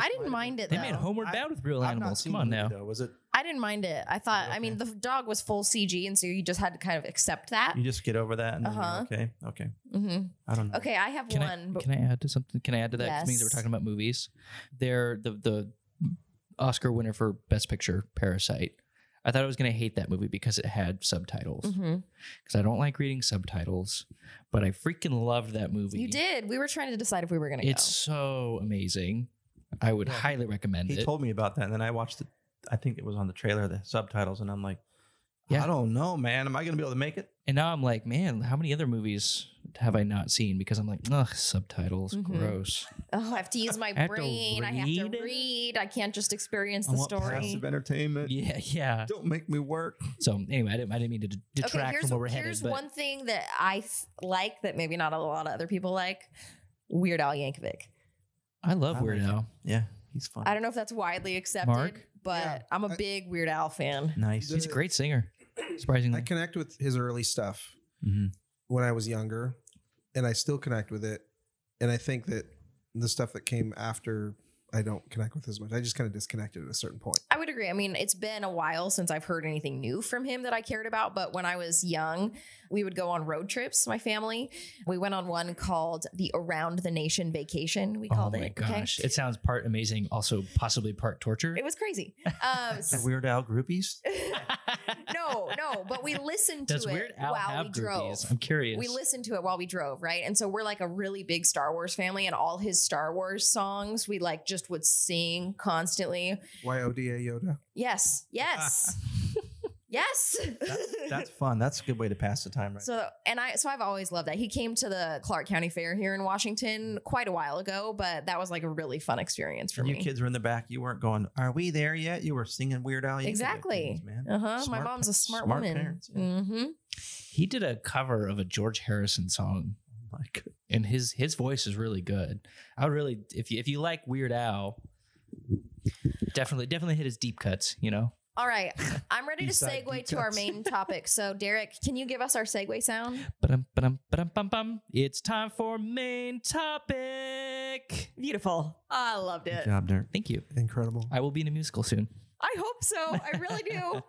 [SPEAKER 3] I didn't mind it
[SPEAKER 1] They
[SPEAKER 3] though.
[SPEAKER 1] made Homeward
[SPEAKER 5] I-
[SPEAKER 1] Bound with real
[SPEAKER 5] I've not
[SPEAKER 1] animals.
[SPEAKER 5] seen
[SPEAKER 1] Come
[SPEAKER 5] the
[SPEAKER 1] on
[SPEAKER 5] movie,
[SPEAKER 1] now.
[SPEAKER 5] though. Was it?
[SPEAKER 3] I didn't mind it. I thought. I mean, the
[SPEAKER 5] Okay.
[SPEAKER 3] dog was full CG, and so you just had to kind of accept that.
[SPEAKER 5] You just get over that and then you're
[SPEAKER 3] Uh-huh.
[SPEAKER 5] okay, okay.
[SPEAKER 3] hmm
[SPEAKER 5] Mm. I don't know.
[SPEAKER 3] Okay, I have
[SPEAKER 1] Can
[SPEAKER 3] one.
[SPEAKER 1] I
[SPEAKER 3] but
[SPEAKER 1] can I add to something? Can I add to that? 'Cause Means that we're
[SPEAKER 3] Yes.
[SPEAKER 1] talking about movies. They're the the Oscar winner for Best Picture, Parasite. I thought I was going to hate that movie because it had subtitles. Because
[SPEAKER 3] Mhm.
[SPEAKER 1] I don't like reading subtitles, but I freaking loved that movie.
[SPEAKER 3] You did. We were trying to decide if we were going to go.
[SPEAKER 1] It's so amazing. I would
[SPEAKER 5] Yeah.
[SPEAKER 1] highly recommend
[SPEAKER 5] He
[SPEAKER 1] it.
[SPEAKER 5] told me about that and then I watched it. I think it was on the trailer, the subtitles, and I'm like,
[SPEAKER 1] Yeah.
[SPEAKER 5] I don't know, man. Am I gonna be able to make it?
[SPEAKER 1] and now I'm like, man, how many other movies have I not seen? Because I'm like, ugh, subtitles,
[SPEAKER 3] Mhm.
[SPEAKER 1] gross. <laughs>
[SPEAKER 3] Oh, I have to use my
[SPEAKER 1] have to
[SPEAKER 3] brain. I have to
[SPEAKER 1] read.
[SPEAKER 3] read. I can't just experience
[SPEAKER 5] I
[SPEAKER 3] the
[SPEAKER 5] want
[SPEAKER 3] story.
[SPEAKER 5] passive entertainment.
[SPEAKER 1] Yeah, yeah.
[SPEAKER 5] Don't make me work.
[SPEAKER 1] So anyway, I didn't, I didn't mean to d- detract
[SPEAKER 3] here's,
[SPEAKER 1] from where we're
[SPEAKER 3] here's
[SPEAKER 1] headed, but
[SPEAKER 3] one thing that I th- like that maybe not a lot of other people like. Weird Al Yankovic.
[SPEAKER 1] I love
[SPEAKER 5] I like
[SPEAKER 1] Weird
[SPEAKER 5] it.
[SPEAKER 1] Al.
[SPEAKER 5] Yeah, he's fun.
[SPEAKER 3] I don't know if that's widely accepted,
[SPEAKER 1] Mark?
[SPEAKER 3] but
[SPEAKER 4] Yeah,
[SPEAKER 3] I'm a
[SPEAKER 4] I-
[SPEAKER 3] big Weird Al fan.
[SPEAKER 5] nice.
[SPEAKER 1] He's a great singer, surprisingly.
[SPEAKER 4] i connect with his early stuff
[SPEAKER 5] Mhm.
[SPEAKER 4] when i was younger and i still connect with it and i think that the stuff that came after I don't connect with as much. I just kind of disconnected at a certain point.
[SPEAKER 3] I would agree. I mean, it's been a while since I've heard anything new from him that I cared about. But when I was young, we would go on road trips, my family. We went on one called the Around the Nation Vacation, we
[SPEAKER 1] Oh
[SPEAKER 3] called
[SPEAKER 1] my
[SPEAKER 3] it.
[SPEAKER 1] gosh. It sounds part amazing, also possibly part torture.
[SPEAKER 3] It was crazy.
[SPEAKER 1] <laughs>
[SPEAKER 3] Um,
[SPEAKER 5] The Weird Al groupies.
[SPEAKER 3] no, no, but we listened to
[SPEAKER 1] Does
[SPEAKER 3] it
[SPEAKER 1] Weird Al
[SPEAKER 3] while
[SPEAKER 1] have
[SPEAKER 3] we drove.
[SPEAKER 1] groupies? I'm curious.
[SPEAKER 3] We listened to it while we drove, right? And so we're like a really big Star Wars family, and all his Star Wars songs we like just would sing constantly.
[SPEAKER 4] Y O D A Yoda.
[SPEAKER 3] Yes, yes,
[SPEAKER 5] <laughs>
[SPEAKER 3] yes. <laughs>
[SPEAKER 5] That's fun. That's a good way to pass the time, right?
[SPEAKER 3] So and I so I've always loved that. He came to the Clark County Fair here in Washington quite a while ago, but that was like a really fun experience for
[SPEAKER 5] And you
[SPEAKER 3] me.
[SPEAKER 5] kids were in the back. You weren't going. Are we there yet? You were singing Weird Al. Yankovic
[SPEAKER 3] Exactly.
[SPEAKER 5] things, man.
[SPEAKER 3] Uh huh. My
[SPEAKER 5] Smart
[SPEAKER 3] mom's a
[SPEAKER 5] pa-
[SPEAKER 3] smart,
[SPEAKER 5] smart
[SPEAKER 3] woman.
[SPEAKER 5] parents, yeah.
[SPEAKER 3] Mm-hmm.
[SPEAKER 1] he did a cover of a George Harrison song, Oh
[SPEAKER 5] Like
[SPEAKER 1] and his his voice is really good. I would really, if you if you like Weird Al, definitely definitely hit his deep cuts. You know,
[SPEAKER 3] All right, I'm ready to
[SPEAKER 5] East side
[SPEAKER 3] segue to our
[SPEAKER 5] deep cuts.
[SPEAKER 3] main topic. So, Derek, can you give us our segue sound?
[SPEAKER 1] but um but um but um bum bum. It's time for main topic.
[SPEAKER 3] Beautiful. I loved
[SPEAKER 5] good
[SPEAKER 3] it.
[SPEAKER 5] job, Dirk.
[SPEAKER 1] Thank you.
[SPEAKER 4] Incredible.
[SPEAKER 1] I will be in a musical soon.
[SPEAKER 3] I hope so. I really do.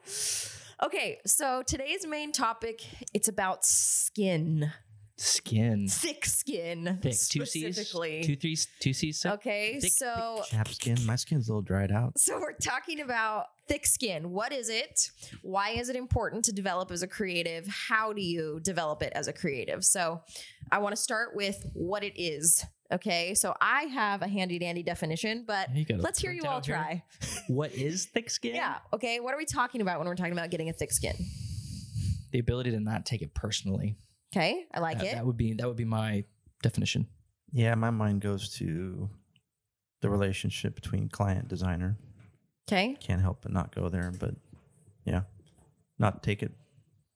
[SPEAKER 3] okay, so today's main topic it's about skin,
[SPEAKER 1] Skin.
[SPEAKER 3] thick skin,
[SPEAKER 1] Thick. Two C's.
[SPEAKER 3] specifically.
[SPEAKER 1] Two threes. Two C's.
[SPEAKER 3] okay,
[SPEAKER 1] thick,
[SPEAKER 3] so
[SPEAKER 5] Chap skin. My skin's a little dried out.
[SPEAKER 3] So we're talking about thick skin. What is it? Why is it important to develop as a creative? How do you develop it as a creative? So I want to start with what it is. Okay. So I have a handy dandy definition, but
[SPEAKER 1] You got a
[SPEAKER 3] let's hear you
[SPEAKER 1] printout
[SPEAKER 3] all
[SPEAKER 1] here.
[SPEAKER 3] try.
[SPEAKER 1] What is thick skin?
[SPEAKER 3] Yeah. Okay. What are we talking about when we're talking about getting a thick skin?
[SPEAKER 1] The ability to not take it personally.
[SPEAKER 3] Okay. I like
[SPEAKER 1] that,
[SPEAKER 3] it.
[SPEAKER 1] that would be that would be my definition.
[SPEAKER 5] Yeah, my mind goes to the relationship between client designer.
[SPEAKER 3] Okay.
[SPEAKER 5] Can't help but not go there, but yeah, not take it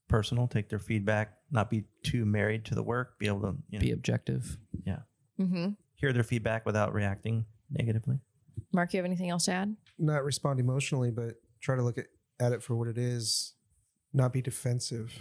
[SPEAKER 5] personal. Take their feedback. Not be too married to the work. Be able to you know,
[SPEAKER 1] Be objective.
[SPEAKER 3] Mm-hmm.
[SPEAKER 5] hear their feedback without reacting negatively.
[SPEAKER 3] Mark, you have anything else to add?
[SPEAKER 4] Not respond emotionally, but try to look at, at it for what it is. Not be defensive.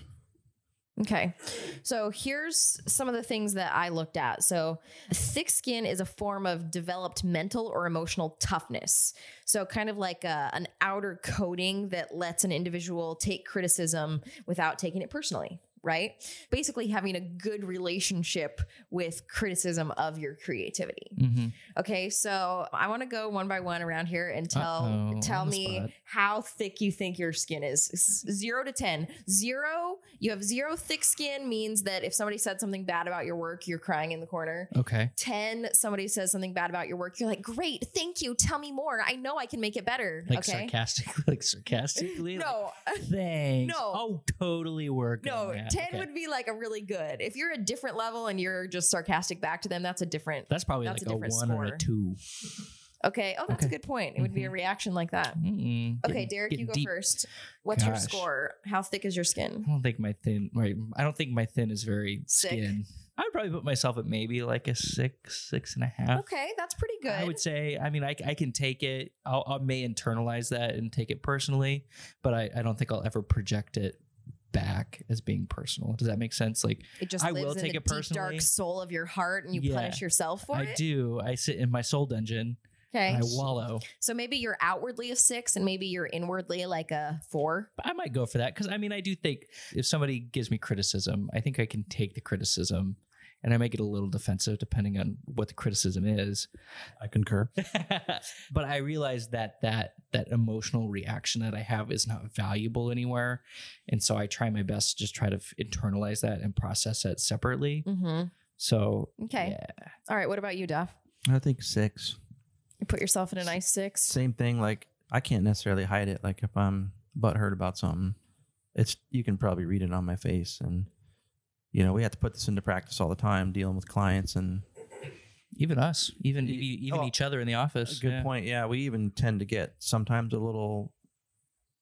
[SPEAKER 3] Okay. So here's some of the things that I looked at. So, thick skin is a form of developed mental or emotional toughness. So, kind of like a, an outer coating that lets an individual take criticism without taking it personally, right? Basically, having a good relationship with criticism of your creativity.
[SPEAKER 1] Mm-hmm.
[SPEAKER 3] Okay, so I want to go one by one around here and tell
[SPEAKER 1] Uh-oh,
[SPEAKER 3] tell
[SPEAKER 1] on the
[SPEAKER 3] me
[SPEAKER 1] spot.
[SPEAKER 3] how thick you think your skin is. S- Zero to ten. Zero, you have zero thick skin means that if somebody said something bad about your work, you're crying in the corner.
[SPEAKER 1] Okay.
[SPEAKER 3] 10 somebody says something bad about your work you're like great thank you tell me more i know i can make it better
[SPEAKER 1] Like
[SPEAKER 3] okay
[SPEAKER 1] sarcastically, <laughs> like sarcastically. like,
[SPEAKER 3] no <laughs>
[SPEAKER 1] thanks.
[SPEAKER 3] No.
[SPEAKER 1] Oh, totally work.
[SPEAKER 3] no
[SPEAKER 1] on that.
[SPEAKER 3] 10
[SPEAKER 1] Okay.
[SPEAKER 3] would be like a really good if you're a different level and you're just sarcastic back to them that's a different
[SPEAKER 1] That's probably
[SPEAKER 3] That's a
[SPEAKER 1] like a, one
[SPEAKER 3] different
[SPEAKER 1] or
[SPEAKER 3] score.
[SPEAKER 1] a 2
[SPEAKER 3] okay oh that's
[SPEAKER 1] Okay. Mm-hmm.
[SPEAKER 3] a good point it would be a reaction like that
[SPEAKER 1] Mm-mm.
[SPEAKER 3] Okay,
[SPEAKER 1] Getting-
[SPEAKER 3] Derek,
[SPEAKER 1] getting
[SPEAKER 3] you go
[SPEAKER 1] deep.
[SPEAKER 3] first. What's your
[SPEAKER 1] Gosh.
[SPEAKER 3] score? How thick is your skin?
[SPEAKER 1] I don't think my thin. Right. I don't think my thin is very
[SPEAKER 3] Sick.
[SPEAKER 1] skin. I would probably put myself at maybe like a six, six and a half.
[SPEAKER 3] Okay, that's pretty good.
[SPEAKER 1] I would say, I mean, I, I can take it. I'll, I may internalize that and take it personally, but I, I don't think I'll ever project it back as being personal. Does that make sense? Like,
[SPEAKER 3] it just
[SPEAKER 1] I
[SPEAKER 3] lives
[SPEAKER 1] will
[SPEAKER 3] in
[SPEAKER 1] take
[SPEAKER 3] the
[SPEAKER 1] it
[SPEAKER 3] deep, dark
[SPEAKER 1] personally.
[SPEAKER 3] soul of your heart, and you
[SPEAKER 1] Yeah.
[SPEAKER 3] punish yourself for
[SPEAKER 1] I
[SPEAKER 3] it.
[SPEAKER 1] do. I sit in my soul dungeon
[SPEAKER 3] Okay,
[SPEAKER 1] and I wallow.
[SPEAKER 3] so maybe you're outwardly a six, and maybe you're inwardly like a four.
[SPEAKER 1] But I might go for that because I mean, I do think if somebody gives me criticism, I think I can take the criticism and I may get a little defensive depending on what the criticism is.
[SPEAKER 5] I concur.
[SPEAKER 1] <laughs> but I realize that that that emotional reaction that I have is not valuable anywhere, and so I try my best to just try to f- internalize that and process it separately.
[SPEAKER 3] Mm-hmm.
[SPEAKER 1] So
[SPEAKER 3] Okay,
[SPEAKER 1] yeah.
[SPEAKER 3] all right. What about you, Duff?
[SPEAKER 5] I think six.
[SPEAKER 3] You put yourself in a nice six.
[SPEAKER 5] Same thing. Like I can't necessarily hide it. Like if I'm butthurt about something, it's you can probably read it on my face. And you know we have to put this into practice all the time, dealing with clients. And
[SPEAKER 1] even us, even
[SPEAKER 5] Y-
[SPEAKER 1] e- even
[SPEAKER 5] oh,
[SPEAKER 1] each other in the office.
[SPEAKER 5] good
[SPEAKER 1] yeah.
[SPEAKER 5] point. Yeah, we even tend to get sometimes a little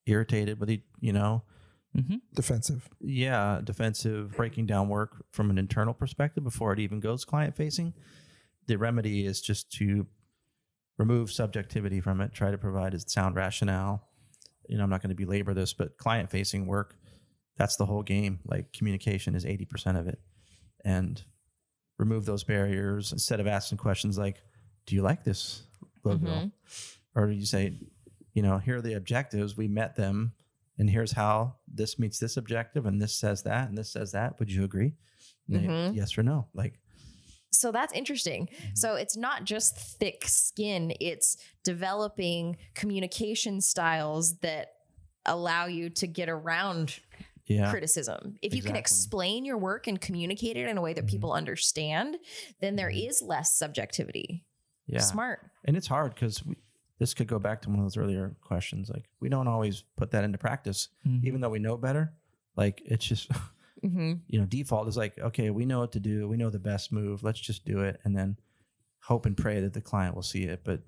[SPEAKER 5] irritated with each, you know.
[SPEAKER 4] Defensive.
[SPEAKER 5] yeah, defensive, breaking down work from an internal perspective before it even goes client facing. The remedy is just to remove subjectivity from it, try to provide a sound rationale. You know, I'm not going to belabor this, but client facing work, that's the whole game. Like communication is 80% of it. And remove those barriers instead of asking questions like, do you like this logo?
[SPEAKER 3] Mhm.
[SPEAKER 5] Or do you say, you know, here are the objectives. We met them, and here's how this meets this objective, and this says that, and this says that. Would you agree? And they-
[SPEAKER 3] Mhm.
[SPEAKER 5] yes or no? Like,
[SPEAKER 3] So that's interesting.
[SPEAKER 1] Mm-hmm.
[SPEAKER 3] So it's not just thick skin, it's developing communication styles that allow you to get around
[SPEAKER 5] yeah,
[SPEAKER 3] criticism. If you can
[SPEAKER 5] Exactly.
[SPEAKER 3] explain your work and communicate it in a way that
[SPEAKER 5] Mhm.
[SPEAKER 3] people understand, then there
[SPEAKER 5] Mhm.
[SPEAKER 3] is less subjectivity.
[SPEAKER 5] yeah.
[SPEAKER 3] Smart.
[SPEAKER 5] and it's hard because this could go back to one of those earlier questions like we don't always put that into practice
[SPEAKER 1] Mhm.
[SPEAKER 5] even though we know better like it's just <laughs>
[SPEAKER 3] Mm-hmm.
[SPEAKER 6] Mm.
[SPEAKER 5] you know default is like okay we know what to do we know the best move let's just do it and then hope and pray that the client will see it but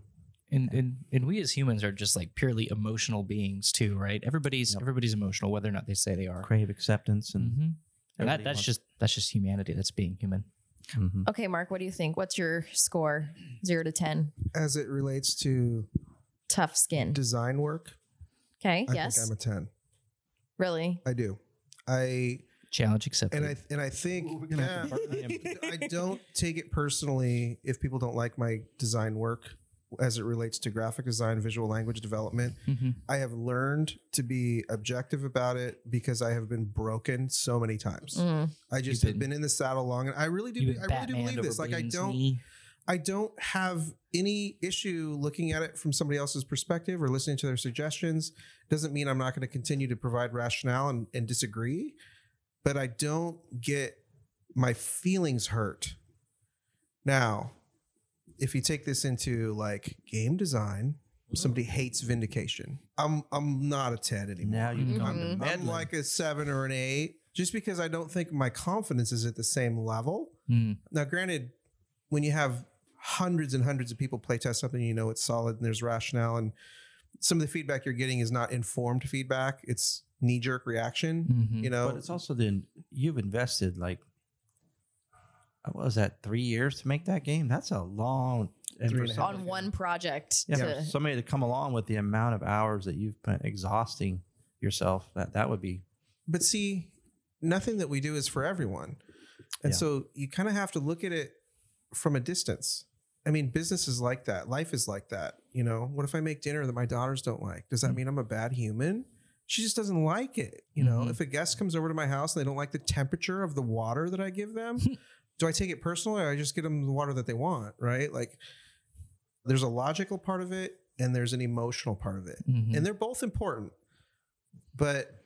[SPEAKER 1] and and and we as humans are just like purely emotional beings too, right? Everybody's
[SPEAKER 5] Yep.
[SPEAKER 1] everybody's emotional, whether or not they say they are.
[SPEAKER 5] crave acceptance and
[SPEAKER 1] Mhm. And that,
[SPEAKER 5] everybody
[SPEAKER 1] that's
[SPEAKER 5] wants-
[SPEAKER 1] just that's just humanity. That's being human.
[SPEAKER 5] Mhm.
[SPEAKER 3] Okay, Mark, what do you think? What's your score? Zero to 10.
[SPEAKER 4] As it relates to
[SPEAKER 3] Tough skin.
[SPEAKER 4] design work,
[SPEAKER 3] Okay.
[SPEAKER 4] I
[SPEAKER 3] yes.
[SPEAKER 4] think I'm a 10.
[SPEAKER 3] really?
[SPEAKER 4] I do. I
[SPEAKER 1] Challenge accepted.
[SPEAKER 4] and I and I think
[SPEAKER 5] Ooh, we're gonna have to
[SPEAKER 4] Yeah.
[SPEAKER 5] burn him.
[SPEAKER 4] <laughs> I don't take it personally if people don't like my design work as it relates to graphic design, visual language development.
[SPEAKER 1] Mhm.
[SPEAKER 4] I have learned to be objective about it because I have been broken so many times.
[SPEAKER 3] Mm.
[SPEAKER 4] I just
[SPEAKER 1] You've
[SPEAKER 4] have been in the saddle long, and I really do.
[SPEAKER 1] You
[SPEAKER 4] I
[SPEAKER 1] and
[SPEAKER 4] really do
[SPEAKER 1] Batman
[SPEAKER 4] believe
[SPEAKER 1] over
[SPEAKER 4] this. Like I
[SPEAKER 1] Bean's
[SPEAKER 4] don't.
[SPEAKER 1] knee.
[SPEAKER 4] I don't have any issue looking at it from somebody else's perspective or listening to their suggestions. Doesn't mean I'm not going to continue to provide rationale and, and disagree, but I don't get my feelings hurt. Now, if you take this into like game design, somebody hates vindication. I'm I'm not a 10 anymore.
[SPEAKER 5] now you
[SPEAKER 1] Mhm.
[SPEAKER 5] come to
[SPEAKER 3] I'm
[SPEAKER 5] meddling.
[SPEAKER 4] I'm like a seven or an eight, just because I don't think my confidence is at the same level.
[SPEAKER 1] Mm.
[SPEAKER 4] Now, granted, when you have hundreds and hundreds of people play test something, you know it's solid and there's rationale, and some of the feedback you're getting is not informed feedback; it's knee jerk reaction.
[SPEAKER 1] Mhm.
[SPEAKER 4] You know,
[SPEAKER 5] but it's also then you've invested like what was that three years to make that game that's a long and
[SPEAKER 4] Three and a
[SPEAKER 5] percent-
[SPEAKER 4] half.
[SPEAKER 3] On one project.
[SPEAKER 5] Yeah,
[SPEAKER 3] to-
[SPEAKER 5] for somebody to come along with the amount of hours that you've been exhausting yourself, that that would be
[SPEAKER 4] but see, nothing that we do is for everyone, and
[SPEAKER 5] Yeah.
[SPEAKER 4] so you kind of have to look at it from a distance. I mean, business is like that. Life is like that. You know, what if I make dinner that my daughters don't like? Does that mean I'm a bad human? She just doesn't like it. You know,
[SPEAKER 1] Mhm.
[SPEAKER 4] if a guest comes over to my house and they don't like the temperature of the water that I give them, do I take it personally or I just get them the water that they want? Right. Like there's a logical part of it and there's an emotional part of it.
[SPEAKER 1] Mhm.
[SPEAKER 4] And they're both important. But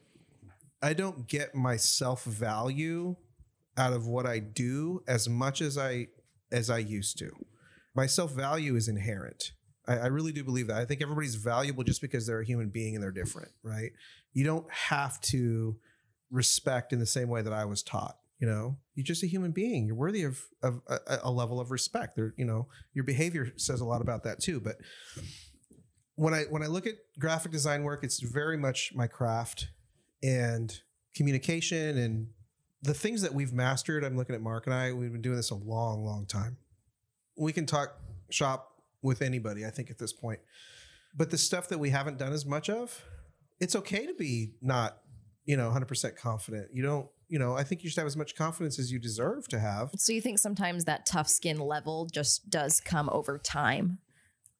[SPEAKER 4] I don't get my self value out of what I do as much as I as I used to. My self value is inherent. I, I really do believe that. I think everybody's valuable just because they're a human being and they're different, right? You don't have to respect in the same way that I was taught. You know, you're just a human being. You're worthy of of a, a level of respect. There, you know, your behavior says a lot about that too. But when I when I look at graphic design work, it's very much my craft and communication and the things that we've mastered. I'm looking at Mark and I. We've been doing this a long, long time. We can talk shop with anybody, I think, at this point. But the stuff that we haven't done as much of, it's okay to be not, you know, 100% confident. You don't, you know, I think you should have as much confidence as you deserve to have.
[SPEAKER 3] So you think sometimes that tough skin level just does come over time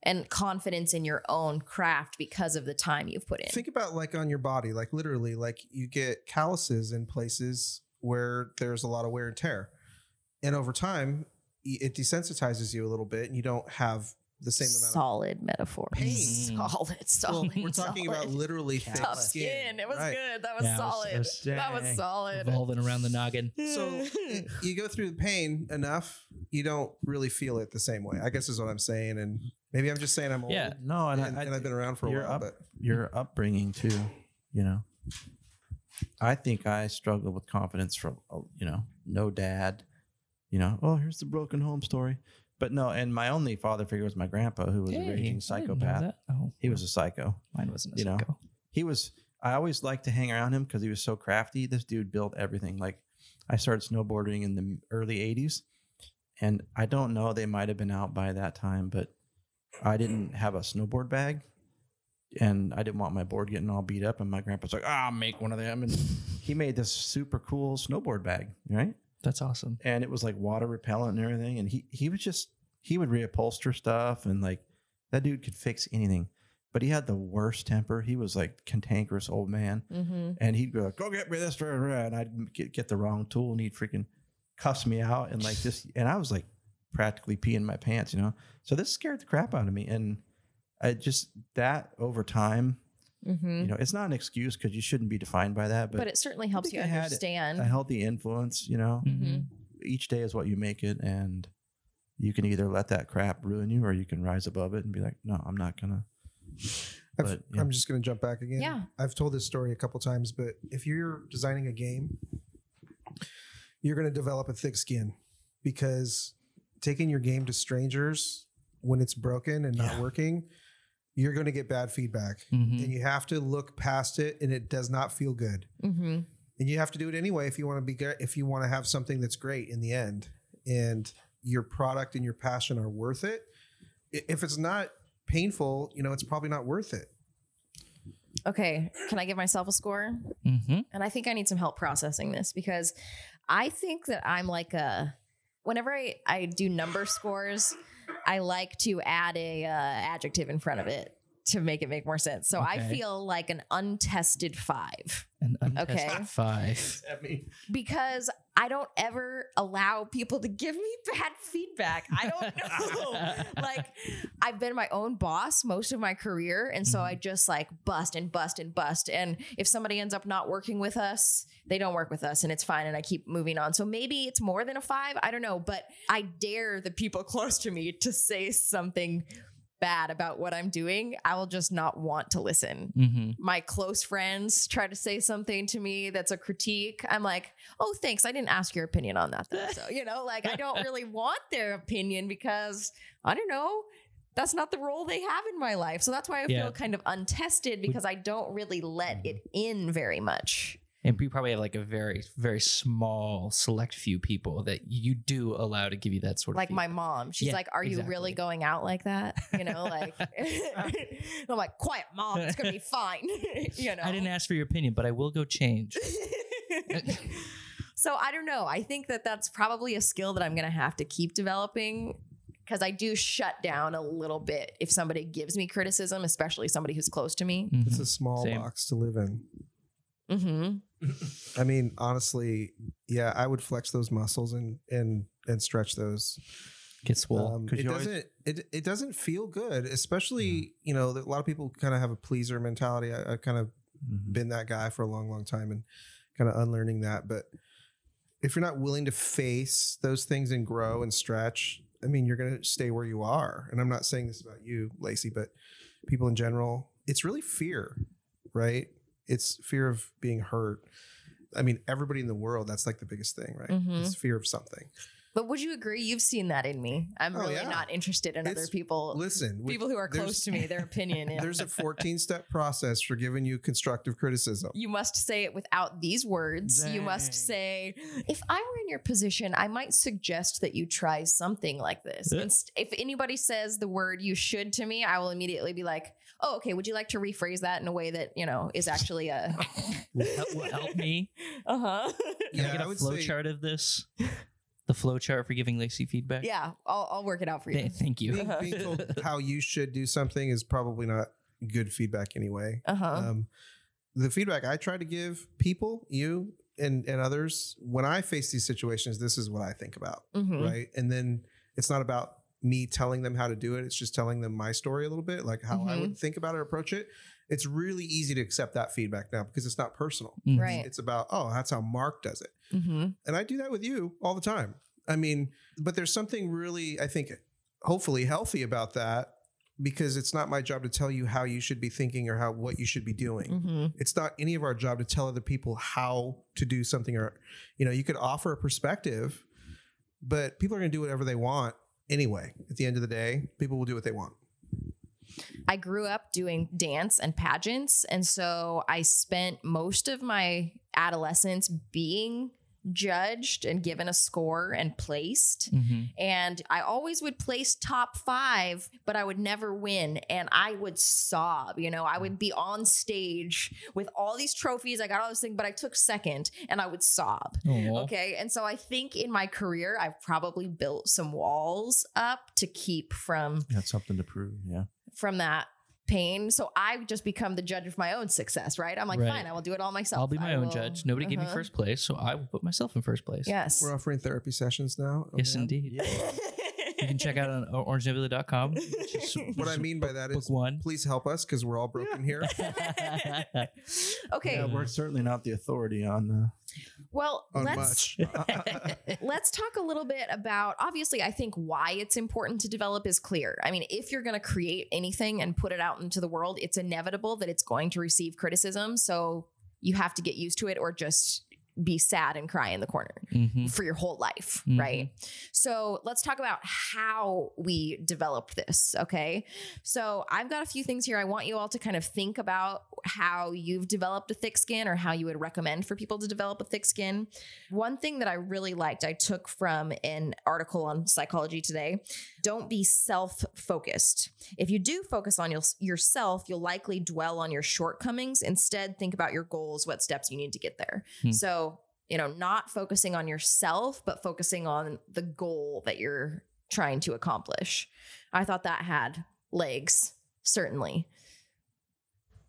[SPEAKER 3] and confidence in your own craft because of the time you've put in.
[SPEAKER 4] Think about like on your body, like literally, like you get calluses in places where there's a lot of wear and tear, and over time, y- it desensitizes you a little bit, and you don't have the same amount. of
[SPEAKER 3] solid metaphor. <laughs>
[SPEAKER 4] Pain.
[SPEAKER 3] Solid,
[SPEAKER 4] Well,
[SPEAKER 3] solid.
[SPEAKER 4] we're talking
[SPEAKER 3] solid.
[SPEAKER 4] about literally thick
[SPEAKER 3] tough skin.
[SPEAKER 4] skin.
[SPEAKER 3] It was
[SPEAKER 4] right.
[SPEAKER 3] good. That was
[SPEAKER 1] Yeah, it was-
[SPEAKER 3] solid.
[SPEAKER 5] it was
[SPEAKER 3] that was
[SPEAKER 5] dang.
[SPEAKER 3] solid.
[SPEAKER 1] revolving around the noggin.
[SPEAKER 4] So it- you go through the pain enough, you don't really feel it the same way. I guess is what I'm saying, and maybe I'm just saying I'm old.
[SPEAKER 1] Yeah.
[SPEAKER 5] no, and,
[SPEAKER 4] And,
[SPEAKER 5] I, I,
[SPEAKER 4] and I've been around for a
[SPEAKER 5] you're
[SPEAKER 4] while,
[SPEAKER 5] up.
[SPEAKER 4] but
[SPEAKER 5] your upbringing too, you know. I think I struggled with confidence from uh, you know no dad, you know. Oh, here's the broken home story, but no, and my only father figure was my grandpa who was
[SPEAKER 1] Hey,
[SPEAKER 5] a
[SPEAKER 1] I didn't
[SPEAKER 5] raging
[SPEAKER 1] know
[SPEAKER 5] psychopath.
[SPEAKER 1] that. Oh,
[SPEAKER 5] He was a psycho.
[SPEAKER 1] mine wasn't a
[SPEAKER 5] you know.
[SPEAKER 1] psycho.
[SPEAKER 5] he was i always liked to hang around him because he was so crafty this dude built everything like i started snowboarding in the early 80s and i don't know they might have been out by that time but i didn't have a snowboard bag and i didn't want my board getting all beat up and my grandpa's like ah, i'll make one of them and he made this super cool snowboard bag right
[SPEAKER 1] That's awesome.
[SPEAKER 5] and it was like water repellent and everything and he he was just he would reupholster stuff and like that dude could fix anything. But he had the worst temper. He was like cantankerous old man,
[SPEAKER 3] <laughs> Mm-hmm.
[SPEAKER 5] and he'd go, "Go get me this," blah, blah, blah," and I'd get, get the wrong tool, and he'd freaking cuss me out, and like this, and I was like practically peeing my pants, you know. So this scared the crap out of me, and I just that over time,
[SPEAKER 3] Mm-hmm.
[SPEAKER 5] you know, it's not an excuse because you shouldn't be defined by that,
[SPEAKER 3] But,
[SPEAKER 5] but,
[SPEAKER 3] it certainly helps
[SPEAKER 5] think
[SPEAKER 3] you
[SPEAKER 5] I had a
[SPEAKER 3] understand.
[SPEAKER 5] healthy influence, you know,
[SPEAKER 1] Mhm.
[SPEAKER 5] each day is what you make it and you can either let that crap ruin you or you can rise above it and be like no i'm not gonna
[SPEAKER 4] I've,
[SPEAKER 5] But, yeah.
[SPEAKER 4] I'm just going to jump back again.
[SPEAKER 3] Yeah.
[SPEAKER 4] I've told this story a couple times, but if you're designing a game, you're going to develop a thick skin because taking your game to strangers when it's broken and not
[SPEAKER 5] Yeah.
[SPEAKER 4] working, you're going to get bad feedback.
[SPEAKER 1] Mhm.
[SPEAKER 4] And you have to look past it and it does not feel good.
[SPEAKER 3] Mm-hmm.
[SPEAKER 4] And you have to do it anyway if you want to be good, if you want to have something that's great in the end. And your product and your passion are worth it. I- If it's not painful, you know, it's probably not worth it.
[SPEAKER 3] Okay. Can I give myself a score?
[SPEAKER 1] Mhm.
[SPEAKER 3] And I think I need some help processing this because I think that I'm like a whenever I, I do number scores, I like to add a uh, adjective in front of it to make it make more sense. So I
[SPEAKER 1] Okay.
[SPEAKER 3] feel like an untested 5
[SPEAKER 1] An untested
[SPEAKER 3] Okay.
[SPEAKER 1] five.
[SPEAKER 3] because I don't ever allow people to give me <laughs> bad feedback. I don't know. like I've been my own boss most of my career. And so I just like bust and bust and bust. And if somebody ends up not working with us, they don't work with us and it's fine. And I keep moving on. So maybe it's more than a five. I don't know. But I dare the people <laughs> close to me to say something bad about what I'm doing. I will just not want to listen
[SPEAKER 1] Mhm.
[SPEAKER 3] my close friends try to say something to me that's a critique, I'm like, oh, thanks. I didn't ask your opinion on that, though. So, you know, like I
[SPEAKER 1] <laughs>
[SPEAKER 3] don't really want their opinion because I don't know. That's not the role they have in my life. So that's why
[SPEAKER 1] Yeah.
[SPEAKER 3] I
[SPEAKER 1] Mm-hmm.
[SPEAKER 3] feel kind of untested because I don't really let it in very much.
[SPEAKER 1] And you probably have like a very, very small, select few people that you do allow to give you that sort of
[SPEAKER 3] Like my
[SPEAKER 1] feedback.
[SPEAKER 3] mom, she's
[SPEAKER 1] Yeah,
[SPEAKER 3] like, Are you
[SPEAKER 1] exactly.
[SPEAKER 3] really going out like that? You
[SPEAKER 1] <laughs>
[SPEAKER 3] know, like, <laughs> I'm like, Quiet, mom, it's going to be fine. <laughs> you know,
[SPEAKER 1] I didn't ask for your opinion, but I will go
[SPEAKER 3] <laughs>
[SPEAKER 1] change.
[SPEAKER 3] so I don't know. I think that that's probably a skill that I'm going to have to keep developing because I do shut down a little bit if somebody gives me criticism, especially somebody who's close to me.
[SPEAKER 1] Mhm.
[SPEAKER 4] It's a small
[SPEAKER 1] Same.
[SPEAKER 4] box to live in.
[SPEAKER 3] Mm-hmm.
[SPEAKER 4] I mean, honestly, yeah, I would flex those muscles and and and stretch those.
[SPEAKER 1] Get swole.
[SPEAKER 4] Um,
[SPEAKER 5] 'cause
[SPEAKER 4] it
[SPEAKER 5] you always-
[SPEAKER 4] doesn't it it doesn't feel good, especially you know a lot of people kind of have a pleaser mentality. I, I've kind of
[SPEAKER 5] Mhm.
[SPEAKER 4] been that guy for a long, long time and kind of unlearning that. But if you're not willing to face those things and grow and stretch, I mean, you're going to stay where you are. And I'm not saying this about you, Lacey, but people in general, it's really fear, right? It's fear of being hurt. I mean, everybody in the world, that's like the biggest thing, right?
[SPEAKER 3] Mhm.
[SPEAKER 4] It's fear of something.
[SPEAKER 3] But would you agree? You've seen that in me. I'm
[SPEAKER 4] Oh,
[SPEAKER 3] really
[SPEAKER 4] yeah.
[SPEAKER 3] not interested in other
[SPEAKER 4] It's-
[SPEAKER 3] people,
[SPEAKER 4] Listen, we-
[SPEAKER 3] people who are
[SPEAKER 4] there's-
[SPEAKER 3] close to me, their
[SPEAKER 4] <laughs>
[SPEAKER 3] opinion. and
[SPEAKER 4] There's a 14 step process for giving you constructive criticism.
[SPEAKER 3] you must say it without these words. You must say, if I were in your position, I might suggest that you try something like this.
[SPEAKER 1] Yeah.
[SPEAKER 3] Inst- if anybody says the word you should to me, I will immediately be like, oh, okay, would you like to rephrase that in a way that, you know, is
[SPEAKER 1] <laughs>
[SPEAKER 3] actually a.
[SPEAKER 1] Help, will help
[SPEAKER 3] <laughs>
[SPEAKER 1] me.
[SPEAKER 3] uh huh.
[SPEAKER 1] Can
[SPEAKER 4] Yeah,
[SPEAKER 1] I get
[SPEAKER 4] I
[SPEAKER 1] a
[SPEAKER 4] would
[SPEAKER 1] flow
[SPEAKER 4] say-
[SPEAKER 1] chart of
[SPEAKER 5] <laughs>
[SPEAKER 1] this? The flow chart for giving Lacey feedback?
[SPEAKER 3] <laughs> yeah, I'll, I'll work it out for you.
[SPEAKER 1] Th- thank you.
[SPEAKER 4] being, being told how you should do something is probably not good feedback anyway.
[SPEAKER 3] Uh huh.
[SPEAKER 4] Um, the feedback I try to give people, you and and others, when I face these situations, this is what I think about,
[SPEAKER 3] hmm
[SPEAKER 4] right? And then it's not about me telling them how to do it; it's just telling them my story a little bit, like how I would think about it, approach it. It's really easy to accept that feedback now because it's not personal.
[SPEAKER 1] Mhm.
[SPEAKER 3] Right.
[SPEAKER 4] It's about oh, that's how Mark does it.
[SPEAKER 3] hmm
[SPEAKER 4] And I do that with you all the time. I mean, but there's something really, I think, hopefully healthy about that because it's not my job to tell you how you should be thinking or how what you should be doing.
[SPEAKER 3] hmm
[SPEAKER 4] It's not any of our job to tell other people how to do something or, you know, you could offer a perspective, but people are going to do whatever they want anyway. At the end of the day, people will do what they want.
[SPEAKER 3] I grew up doing dance and pageants. And so I spent most of my adolescence being judged and given a score and placed.
[SPEAKER 1] Mm-hmm.
[SPEAKER 3] And I always would place top five, but I would never win. And I would sob, you know, I would be on stage with all these trophies. I got all this thing, but I took second and I would sob. Okay. And so I think in my career, I've probably built some walls up to keep from
[SPEAKER 5] That's something to prove. Yeah.
[SPEAKER 3] from that pain. So I just become the judge of my own success, right? I'm like,
[SPEAKER 1] Right.
[SPEAKER 3] fine, I will do it all myself.
[SPEAKER 1] I'll be my
[SPEAKER 3] I
[SPEAKER 1] own
[SPEAKER 3] will-
[SPEAKER 1] judge. Nobody gave me
[SPEAKER 3] Uh-huh.
[SPEAKER 1] first place, so I will put myself in first place.
[SPEAKER 3] Yes. <laughs>
[SPEAKER 4] We're offering therapy sessions now.
[SPEAKER 1] Yes, indeed. You
[SPEAKER 3] you
[SPEAKER 1] can check out on orangenebula.com. It's just-
[SPEAKER 4] What I mean by that
[SPEAKER 1] book
[SPEAKER 3] <laughs>
[SPEAKER 4] is
[SPEAKER 1] one.
[SPEAKER 4] please help us because we're all broken here.
[SPEAKER 3] okay.
[SPEAKER 5] Yeah, we're certainly not the authority on. Uh,
[SPEAKER 3] Well,
[SPEAKER 4] On
[SPEAKER 3] let's
[SPEAKER 4] much.
[SPEAKER 3] <laughs>
[SPEAKER 4] <laughs>
[SPEAKER 3] let's talk a little bit about obviously I think why it's important to develop is clear. I mean, if you're going to create anything and put it out into the world, it's inevitable that it's going to receive criticism, so you have to get used to it or just be sad and cry in the corner.
[SPEAKER 1] Mhm.
[SPEAKER 3] for your whole life,
[SPEAKER 1] Mhm.
[SPEAKER 3] right? So let's talk about how we developed this, okay? So I've got a few things here. I want you all to kind of think about how you've developed a thick skin or how you would recommend for people to develop a thick skin. One thing that I really liked, I took from an article on psychology today don't be self focused. If you do focus on your, yourself, you'll likely dwell on your shortcomings. Instead, think about your goals, what steps you need to get there.
[SPEAKER 1] Hmm.
[SPEAKER 3] So, you know, not focusing on yourself, but focusing on the goal that you're trying to accomplish. I thought that had legs, certainly.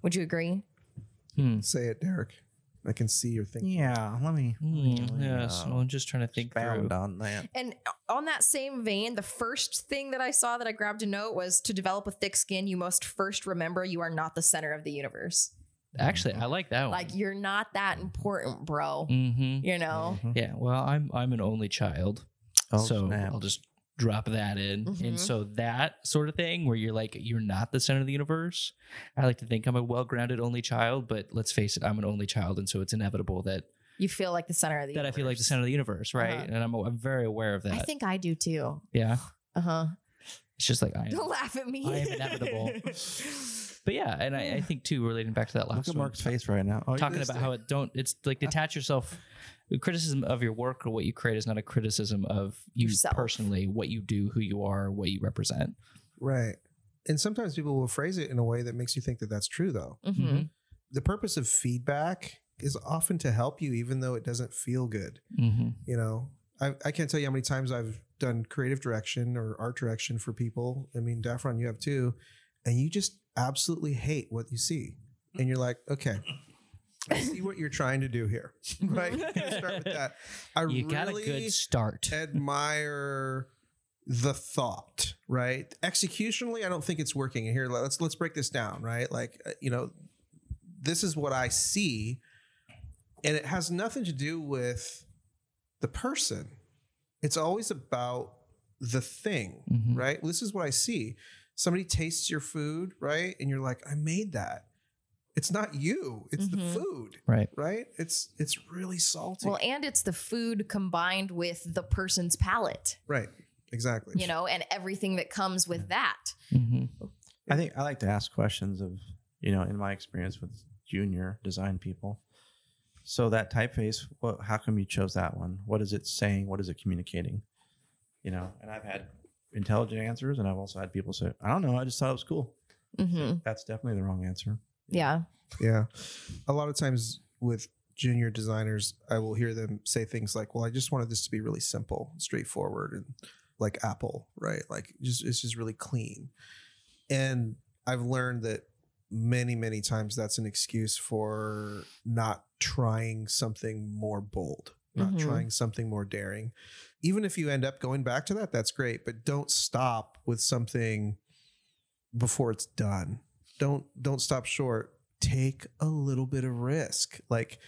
[SPEAKER 3] Would you agree?
[SPEAKER 1] Hmm.
[SPEAKER 4] Say it, Derek. I can see your thinking.
[SPEAKER 5] yeah. Let
[SPEAKER 6] Oh,
[SPEAKER 5] me.
[SPEAKER 1] Hmm, Yes, well, I'm just trying to think through.
[SPEAKER 5] Bound on that.
[SPEAKER 3] And on that same vein, the first thing that I saw that I grabbed a note was to develop a thick skin, you must first remember you are not the center of the universe.
[SPEAKER 1] Actually, I like that one.
[SPEAKER 3] Like you're not that important, bro.
[SPEAKER 1] hmm
[SPEAKER 3] You know?
[SPEAKER 5] Mhm.
[SPEAKER 1] Yeah, well, I'm I'm an only child,
[SPEAKER 5] Oh,
[SPEAKER 1] so
[SPEAKER 5] snap.
[SPEAKER 1] I'll just drop that in.
[SPEAKER 3] Mhm.
[SPEAKER 1] And so that sort of thing, where you're like you're not the center of the universe. I like to think I'm a well-grounded only child, but let's face it, I'm an only child, and so it's inevitable that
[SPEAKER 3] You feel like the center of the
[SPEAKER 1] that I feel like the center of the universe, right?
[SPEAKER 3] Uh-huh.
[SPEAKER 1] And I'm, I'm very aware of that.
[SPEAKER 3] I think I do too. <laughs>
[SPEAKER 1] yeah,
[SPEAKER 3] Uh-huh.
[SPEAKER 1] it's just like I.
[SPEAKER 3] <laughs> Don't
[SPEAKER 1] Am.
[SPEAKER 3] laugh at me.
[SPEAKER 1] I am
[SPEAKER 3] <laughs>
[SPEAKER 1] inevitable. But yeah, and I, I think too, relating back to that last
[SPEAKER 5] Look at
[SPEAKER 1] one,
[SPEAKER 5] Mark's face right now. Oh, you
[SPEAKER 1] talking
[SPEAKER 5] just-
[SPEAKER 1] about how it don't. It's like
[SPEAKER 3] Uh-huh.
[SPEAKER 1] detach yourself. the Criticism of your work or what you create is not a criticism of you
[SPEAKER 3] Yourself.
[SPEAKER 1] personally, what you do, who you are, what you represent.
[SPEAKER 4] Right. And sometimes people will phrase it in a way that makes you think that that's true, though.
[SPEAKER 3] hmm
[SPEAKER 4] The purpose of feedback is often to help you, even though it doesn't feel good.
[SPEAKER 1] Mm-hmm.
[SPEAKER 4] You know, I, I can't tell you how many times I've done creative direction or art direction for people. I mean, Daffron, you have too. And you just absolutely hate what you see. And you're like, okay, I see what you're trying to do here. <laughs> Right. You can start with that. I
[SPEAKER 1] You
[SPEAKER 4] really
[SPEAKER 1] got a good start.
[SPEAKER 4] admire the thought, right? Executionally, I don't think it's working. And here, let's let's break this down, right? Like, uh, you know, this is what I see, and it has nothing to do with the person. It's always about the thing,
[SPEAKER 1] Mhm.
[SPEAKER 4] right? This is what I see. Somebody tastes your food, right? And you're like, I made that. It's not you. It's
[SPEAKER 3] Mhm.
[SPEAKER 4] the food,
[SPEAKER 1] Right.
[SPEAKER 4] right? It's it's really salty,
[SPEAKER 3] Well, and it's the food combined with the person's palate,
[SPEAKER 4] right? Exactly.
[SPEAKER 3] you know, and everything that comes with that.
[SPEAKER 1] hmm
[SPEAKER 5] I think I like to ask questions of, you know, in my experience with junior design people. So that typeface, what, how come you chose that one? What is it saying? What is it communicating? You know, and I've had intelligent answers, and I've also had people say, "I don't know, I just thought it was cool."
[SPEAKER 6] Mm-hmm.
[SPEAKER 3] hmm
[SPEAKER 5] That's definitely the wrong answer.
[SPEAKER 3] Yeah.
[SPEAKER 4] Yeah. A lot of times with junior designers, I will hear them say things like, "Well, I just wanted this to be really simple, straightforward, and like Apple, right? Like just it's just really clean." And I've learned that many, many times that's an excuse for not trying something more bold, not
[SPEAKER 3] Mhm.
[SPEAKER 4] trying something more daring. Even if you end up going back to that, that's great, but don't stop with something before it's done. Don't don't stop short. Take a little bit of risk. Like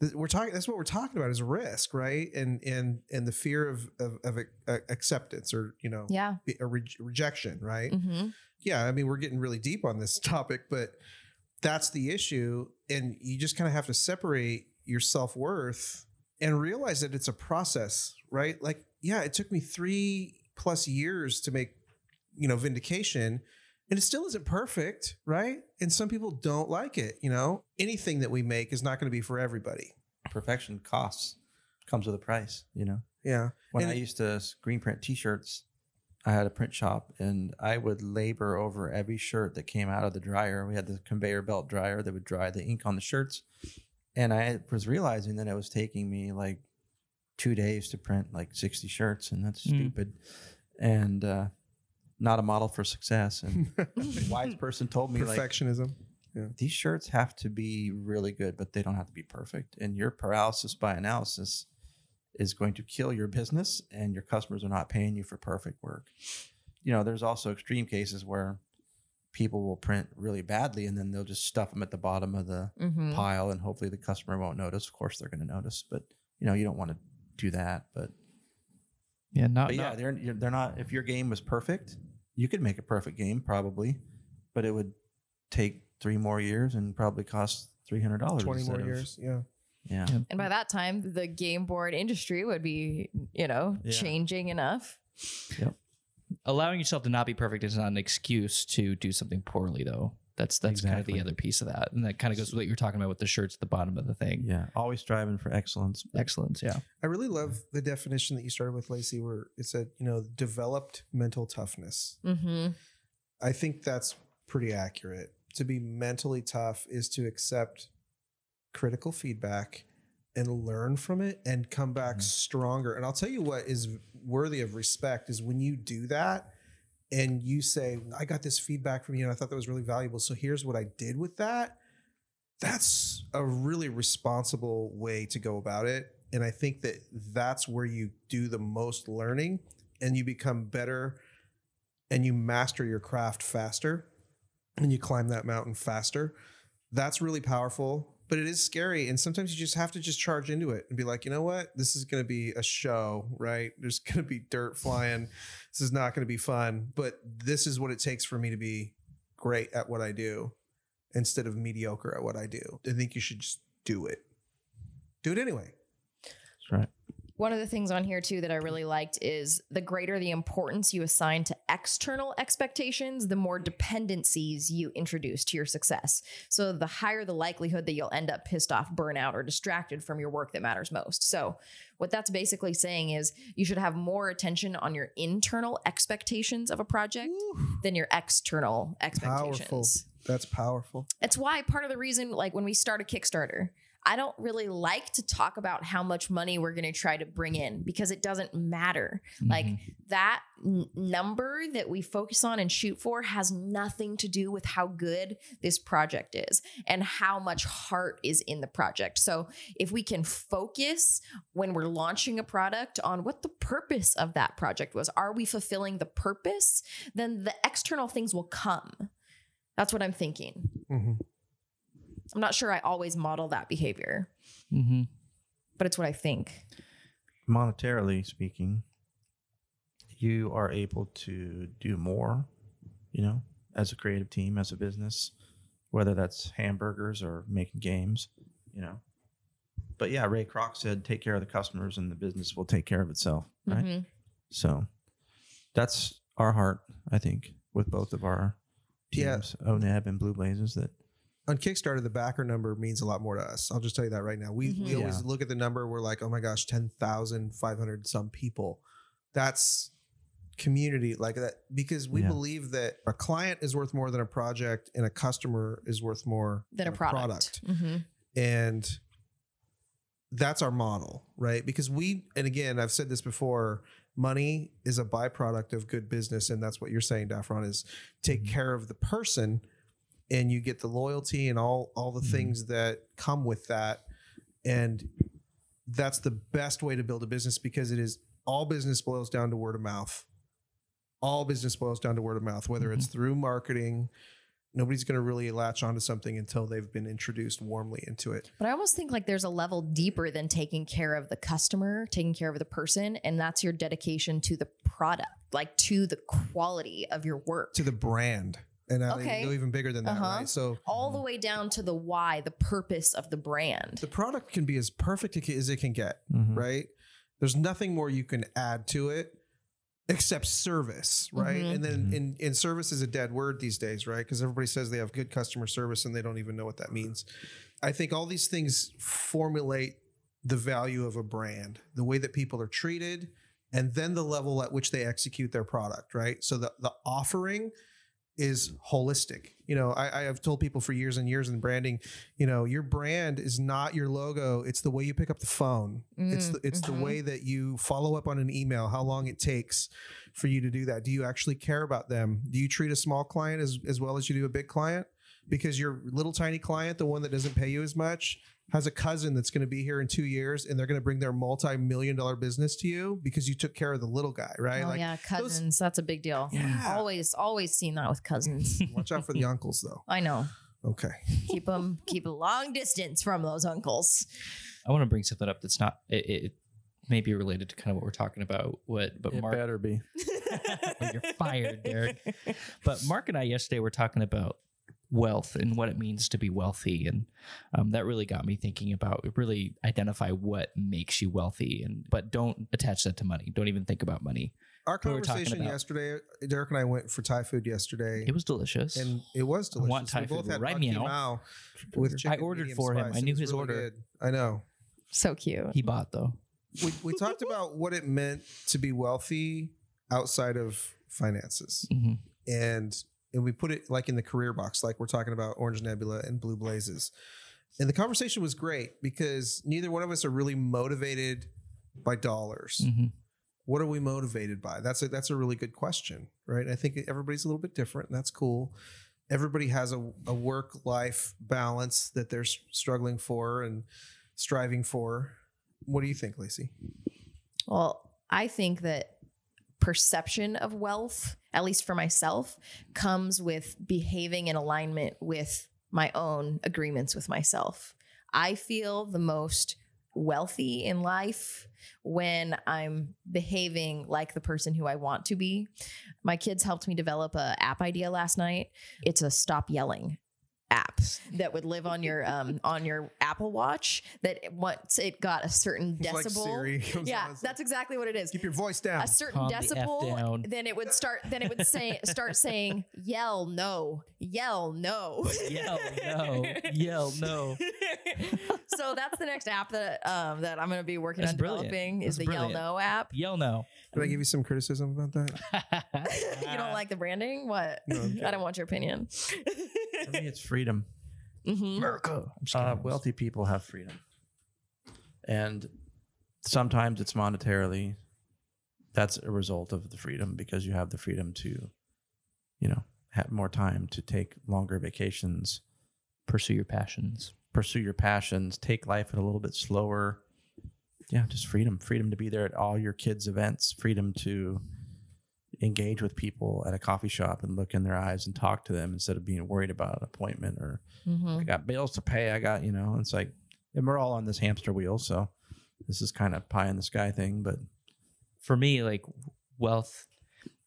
[SPEAKER 4] th- we're talking that's what we're talking about is risk, right? And and and the fear of of, of ac- uh, acceptance or, you know,
[SPEAKER 3] Yeah.
[SPEAKER 4] a rej- rejection, right?
[SPEAKER 3] hmm
[SPEAKER 4] yeah, I mean, we're getting really deep on this <laughs> topic, but that's the issue. And you just kind of have to separate your self worth and realize that it's a process, right? Like, yeah, it took me three plus years to make, you know, vindication. And it still isn't perfect, right? And some people don't like it. You know, anything that we make is not going to be for everybody.
[SPEAKER 5] Perfection costs
[SPEAKER 6] comes with a price, you know.
[SPEAKER 4] Yeah.
[SPEAKER 6] When
[SPEAKER 4] And
[SPEAKER 6] I
[SPEAKER 4] it-
[SPEAKER 6] used to screen print T-shirts, I had a print shop, and I would labor over every shirt that came out of the dryer. We had the conveyor belt dryer that would dry the ink on the shirts, and I was realizing that it was taking me like two days to print like sixty shirts, and that's
[SPEAKER 1] Mm.
[SPEAKER 6] stupid, and uh, not a model for success. And a wise person told me like
[SPEAKER 4] Perfectionism.
[SPEAKER 6] these shirts have to be really good, but they don't have to be perfect. And your paralysis by analysis is going to kill your business, and your customers are not paying you for perfect work. You know, there's also extreme cases where people will print really badly and then they'll just stuff them at the bottom of the
[SPEAKER 3] Mm-hmm.
[SPEAKER 6] pile, and hopefully the customer won't notice. Of course, they're going to notice, but you know, you don't want to do that. But,
[SPEAKER 1] Yeah, not,
[SPEAKER 6] but yeah,
[SPEAKER 1] not-
[SPEAKER 6] they're, you're- they're not, if your game was perfect, you could make a perfect game probably, but it would take three more years and probably cost $300.
[SPEAKER 4] 20
[SPEAKER 6] instead
[SPEAKER 4] more
[SPEAKER 6] of-
[SPEAKER 4] years. Yeah.
[SPEAKER 6] yeah.
[SPEAKER 1] Yeah.
[SPEAKER 3] And by that time, the game board industry would be, you know,
[SPEAKER 6] Yeah.
[SPEAKER 3] changing enough.
[SPEAKER 1] allowing yourself to not be perfect is not an excuse to do something poorly, though. That's that's kind of the
[SPEAKER 6] Exactly.
[SPEAKER 1] other piece of that, and that kind of goes with what you're talking about with the shirts at the bottom of the thing.
[SPEAKER 6] Yeah. Always striving for excellence.
[SPEAKER 1] Excellent. Yeah.
[SPEAKER 4] I really love the definition that you started with, Lacey, where it said, you know, developed mental toughness.
[SPEAKER 3] Mm-hmm.
[SPEAKER 4] I think that's pretty accurate. To be mentally tough is to accept critical feedback and learn from it and come back
[SPEAKER 6] Mhm.
[SPEAKER 4] stronger. And I'll tell you what is worthy of respect is when you do that and you say, I got this feedback from you and I thought that was really valuable. So here's what I did with that. That's a really responsible way to go about it. And I think that that's where you do the most learning and you become better and you master your craft faster and you climb that mountain faster that's really powerful but it is scary and sometimes you just have to just charge into it and be like you know what this is going to be a show right there's going to be dirt flying this is not going to be fun but this is what it takes for me to be great at what i do instead of mediocre at what i do i think you should just do it do it anyway
[SPEAKER 6] That's right.
[SPEAKER 3] One of the things on here too that I really liked is the greater the importance you assign to external expectations, the more dependencies you introduce to your success. So the higher the likelihood that you'll end up pissed off, burnout, or distracted from your work that matters most. So what that's basically saying is you should have more attention on your internal expectations of a project than your external expectations.
[SPEAKER 4] Powerful. that's powerful
[SPEAKER 3] It's why part of the reason, like when we start a Kickstarter, I don't really like to talk about how much money we're going to try to bring in because it doesn't matter. Like
[SPEAKER 1] Mhm.
[SPEAKER 3] that n- number that we focus on and shoot for has nothing to do with how good this project is and how much heart is in the project. So if we can focus when we're launching a product on what the purpose of that project was, are we fulfilling the purpose? Then the external things will come. That's what I'm thinking.
[SPEAKER 4] Mhm.
[SPEAKER 3] I'm not sure I always model that behavior,
[SPEAKER 1] Mhm.
[SPEAKER 3] but it's what I think.
[SPEAKER 6] Monetarily speaking, you are able to do more, you know, as a creative team, as a business, whether that's hamburgers or making games, you know. But yeah, Ray Kroc said, take care of the customers and the business will take care of itself. Right.
[SPEAKER 3] Mhm.
[SPEAKER 6] So that's our heart, I think, with both of our
[SPEAKER 4] Yeah.
[SPEAKER 6] teams, ONAB and Blue Blazers, that
[SPEAKER 4] on Kickstarter, the backer number means a lot more to us. I'll just tell you that right now. We we
[SPEAKER 3] Mhm.
[SPEAKER 4] always
[SPEAKER 6] Yeah.
[SPEAKER 4] look at the number. We're like, oh my gosh, ten thousand five hundred some people. That's community like that because we
[SPEAKER 6] Yeah.
[SPEAKER 4] believe that a client is worth more than a project, and a customer is worth more
[SPEAKER 3] Than a product.
[SPEAKER 4] Mm-hmm.
[SPEAKER 3] Mhm.
[SPEAKER 4] and that's our model right because we and again i've said this before money is a byproduct of good business and that's what you're saying dafron is take
[SPEAKER 6] Mhm.
[SPEAKER 4] care of the person and you get the loyalty and all all the
[SPEAKER 6] Mhm.
[SPEAKER 4] things that come with that and that's the best way to build a business because it is all business boils down to word of mouth all business boils down to word of mouth whether
[SPEAKER 3] Mm-hmm.
[SPEAKER 4] it's through marketing nobody's going to really latch onto something until they've been introduced warmly into it
[SPEAKER 3] But I almost think like there's a level deeper than taking care of the customer, taking care of the person, and that's your dedication to the product, like to the quality of your work.
[SPEAKER 4] to the brand and I
[SPEAKER 3] Okay.
[SPEAKER 4] go even bigger than that
[SPEAKER 3] Uh-huh.
[SPEAKER 4] right so
[SPEAKER 3] all the way down to the why, the purpose of the brand.
[SPEAKER 4] the product can be as perfect it ca- as it can get right there's nothing more you can add to it except service right
[SPEAKER 3] Mhm.
[SPEAKER 4] and then
[SPEAKER 6] Mhm.
[SPEAKER 4] in, in service is a dead word these days right because everybody says they have good customer service and they don't even know what that means i think all these things formulate the value of a brand, the way that people are treated, and then the level at which they execute their product, right? So the, the offering is holistic. You know, I, I have told people for years and years in branding, you know, your brand is not your logo. It's the way you pick up the phone. It's
[SPEAKER 3] Mm,
[SPEAKER 4] the, it's
[SPEAKER 1] mm-hmm.
[SPEAKER 3] mhm.
[SPEAKER 4] the way that you follow up on an email, how long it takes for you to do that. Do you actually care about them? Do you treat a small client as, as well as you do a big client? Because your little tiny client, the one that doesn't pay you as much, has a cousin that's going to be here in two years and they're going to bring their multi million dollar business to you because you took care of the little guy, right?
[SPEAKER 3] oh
[SPEAKER 4] like,
[SPEAKER 3] yeah, cousins. that's a big deal.
[SPEAKER 4] Yeah.
[SPEAKER 3] Always, always seen that with
[SPEAKER 4] <laughs>
[SPEAKER 3] cousins.
[SPEAKER 4] watch out
[SPEAKER 1] <laughs>
[SPEAKER 4] for the uncles, though.
[SPEAKER 3] I know.
[SPEAKER 4] Okay.
[SPEAKER 3] Keep them, keep a long distance from those
[SPEAKER 4] <laughs>
[SPEAKER 3] uncles.
[SPEAKER 1] I want to bring something up that's not it, it may be related to kind of what we're talking about. What, but
[SPEAKER 6] It
[SPEAKER 1] Mark,
[SPEAKER 6] better <laughs> be.
[SPEAKER 4] Oh,
[SPEAKER 1] Well, you're fired, Derek.
[SPEAKER 3] <laughs>
[SPEAKER 1] But Mark and I yesterday were talking about wealth and what it means to be wealthy, and um, that really got me thinking about really identify what makes you wealthy, and but don't attach that to money. Don't even think about money.
[SPEAKER 4] Our
[SPEAKER 1] We were talking
[SPEAKER 4] conversation
[SPEAKER 1] about-
[SPEAKER 4] yesterday, Derek and I went for Thai food yesterday.
[SPEAKER 1] It was delicious.
[SPEAKER 4] and it was
[SPEAKER 1] I
[SPEAKER 4] delicious.
[SPEAKER 1] want Thai
[SPEAKER 4] we both
[SPEAKER 1] food
[SPEAKER 4] had
[SPEAKER 1] right
[SPEAKER 4] Bak Ki
[SPEAKER 1] meow.
[SPEAKER 4] Mao with chicken
[SPEAKER 1] I ordered
[SPEAKER 4] medium
[SPEAKER 1] for him.
[SPEAKER 4] spice.
[SPEAKER 1] I
[SPEAKER 4] It
[SPEAKER 1] knew
[SPEAKER 4] was
[SPEAKER 1] his
[SPEAKER 4] really
[SPEAKER 1] order.
[SPEAKER 4] good. I know.
[SPEAKER 3] So cute.
[SPEAKER 1] he bought though.
[SPEAKER 4] We, we
[SPEAKER 1] <laughs>
[SPEAKER 4] talked about what it meant to be wealthy outside of finances.
[SPEAKER 1] Mhm.
[SPEAKER 4] and and we put it like in the career box, like we're talking about Orange Nebula and Blue Blazes. And the conversation was great because neither one of us are really motivated by dollars.
[SPEAKER 1] Mhm.
[SPEAKER 4] What are we motivated by? That's a that's a really good question, right? And I think everybody's a little bit different, and that's cool. Everybody has a, a work life balance that they're s- struggling for and striving for. What do you think, Lacey?
[SPEAKER 3] Well, I think that perception of wealth, at least for myself, comes with behaving in alignment with my own agreements with myself. I feel the most wealthy in life when I'm behaving like the person who I want to be. My kids helped me develop a app idea last night. It's a stop yelling <laughs> app that would live on your um on your Apple Watch that once it got a certain
[SPEAKER 4] It's like
[SPEAKER 3] decibel
[SPEAKER 4] Siri <laughs> comes
[SPEAKER 3] yeah,
[SPEAKER 4] on and says,
[SPEAKER 3] that's exactly what it is.
[SPEAKER 4] keep your voice down.
[SPEAKER 3] A certain
[SPEAKER 1] Calm the F down.
[SPEAKER 3] decibel, then it would start. Then it would say, start saying, "Yell no, yell no,
[SPEAKER 1] <laughs> Yell
[SPEAKER 3] <laughs>
[SPEAKER 1] no, yell no.
[SPEAKER 3] so that's the next app that um that I'm going to be working
[SPEAKER 1] That's
[SPEAKER 3] on
[SPEAKER 1] brilliant.
[SPEAKER 3] developing is
[SPEAKER 1] That's
[SPEAKER 3] the
[SPEAKER 1] brilliant.
[SPEAKER 3] Yell No app. <laughs>
[SPEAKER 1] Yell no. <laughs>
[SPEAKER 4] Can I give you some criticism about that?
[SPEAKER 3] you don't like the branding? What?
[SPEAKER 4] No, I'm
[SPEAKER 3] <laughs> I don't want your
[SPEAKER 4] <laughs>
[SPEAKER 3] opinion.
[SPEAKER 6] For me, it's freedom.
[SPEAKER 3] Mhm.
[SPEAKER 1] America. I'm just
[SPEAKER 6] Uh,
[SPEAKER 1] kidding.
[SPEAKER 6] wealthy people have freedom, and sometimes it's monetarily. That's a result of the freedom because you have the freedom to, you know, have more time to take longer vacations,
[SPEAKER 1] pursue your passions.
[SPEAKER 6] pursue your passions, take life a little bit slower. Yeah, just freedom, freedom to be there at all your kids' events, freedom to engage with people at a coffee shop and look in their eyes and talk to them instead of being worried about an appointment or
[SPEAKER 3] Mhm.
[SPEAKER 6] I got bills to pay. I got, you know, it's like, and we're all on this hamster wheel. So this is kind of pie in the sky thing, but
[SPEAKER 1] for me, like wealth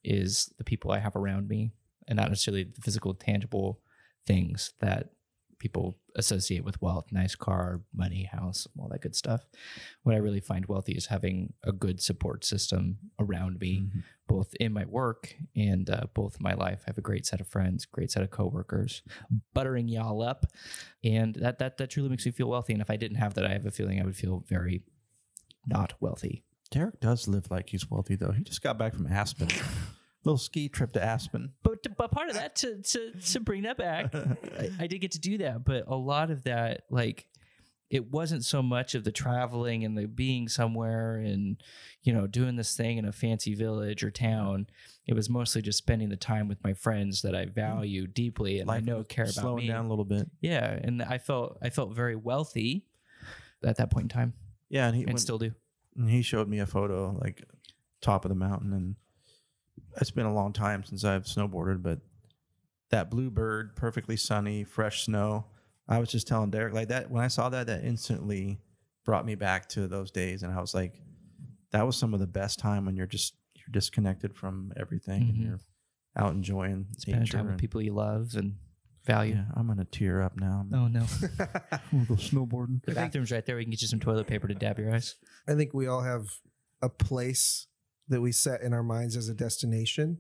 [SPEAKER 1] is the people I have around me and not necessarily the physical, tangible things that people associate with wealth nice car, money, house, all that good stuff. What I really find wealthy is having a good support system around me, both in my work and uh, both my life. I have a great set of friends, great set of coworkers, buttering y'all up. And that, that, that truly makes me feel wealthy. And if I didn't have that, I have a feeling I would feel very not wealthy.
[SPEAKER 6] Derek does live like he's wealthy, though. He just got back
[SPEAKER 1] <laughs>
[SPEAKER 6] from Aspen, little ski trip to Aspen.
[SPEAKER 1] but but part of that to to
[SPEAKER 6] <laughs>
[SPEAKER 1] to bring that back, I, I did get to do that. But a lot of that, like, it wasn't so much of the traveling and the being somewhere and you know doing this thing in a fancy village or town. It was mostly just spending the time with my friends that I value deeply and I
[SPEAKER 6] Life
[SPEAKER 1] know care about
[SPEAKER 6] Slowing
[SPEAKER 1] me.
[SPEAKER 6] down a little bit.
[SPEAKER 1] Yeah, and I felt I felt very wealthy at that point in time,
[SPEAKER 6] Yeah. And he,
[SPEAKER 1] and
[SPEAKER 6] went-
[SPEAKER 1] still do.
[SPEAKER 6] and he showed me a photo, like top of the mountain. And it's been a long time since I've snowboarded, but that blue bird, perfectly sunny, fresh snow. I was just telling Derek like that when I saw that, that instantly brought me back to those days, and I was like, that was some of the best time when you're just you're disconnected from everything and
[SPEAKER 1] Mhm.
[SPEAKER 6] you're out enjoying
[SPEAKER 1] Spending
[SPEAKER 6] nature.
[SPEAKER 1] time with
[SPEAKER 6] and-
[SPEAKER 1] people you love and value.
[SPEAKER 6] Yeah, I'm gonna tear up now.
[SPEAKER 1] Oh
[SPEAKER 6] <laughs>
[SPEAKER 1] no,
[SPEAKER 4] <laughs>
[SPEAKER 6] I'm gonna go snowboarding.
[SPEAKER 1] the bathroom's right there. We can get you some toilet paper to dab your eyes.
[SPEAKER 4] I think we all have a place that we set in our minds as a destination.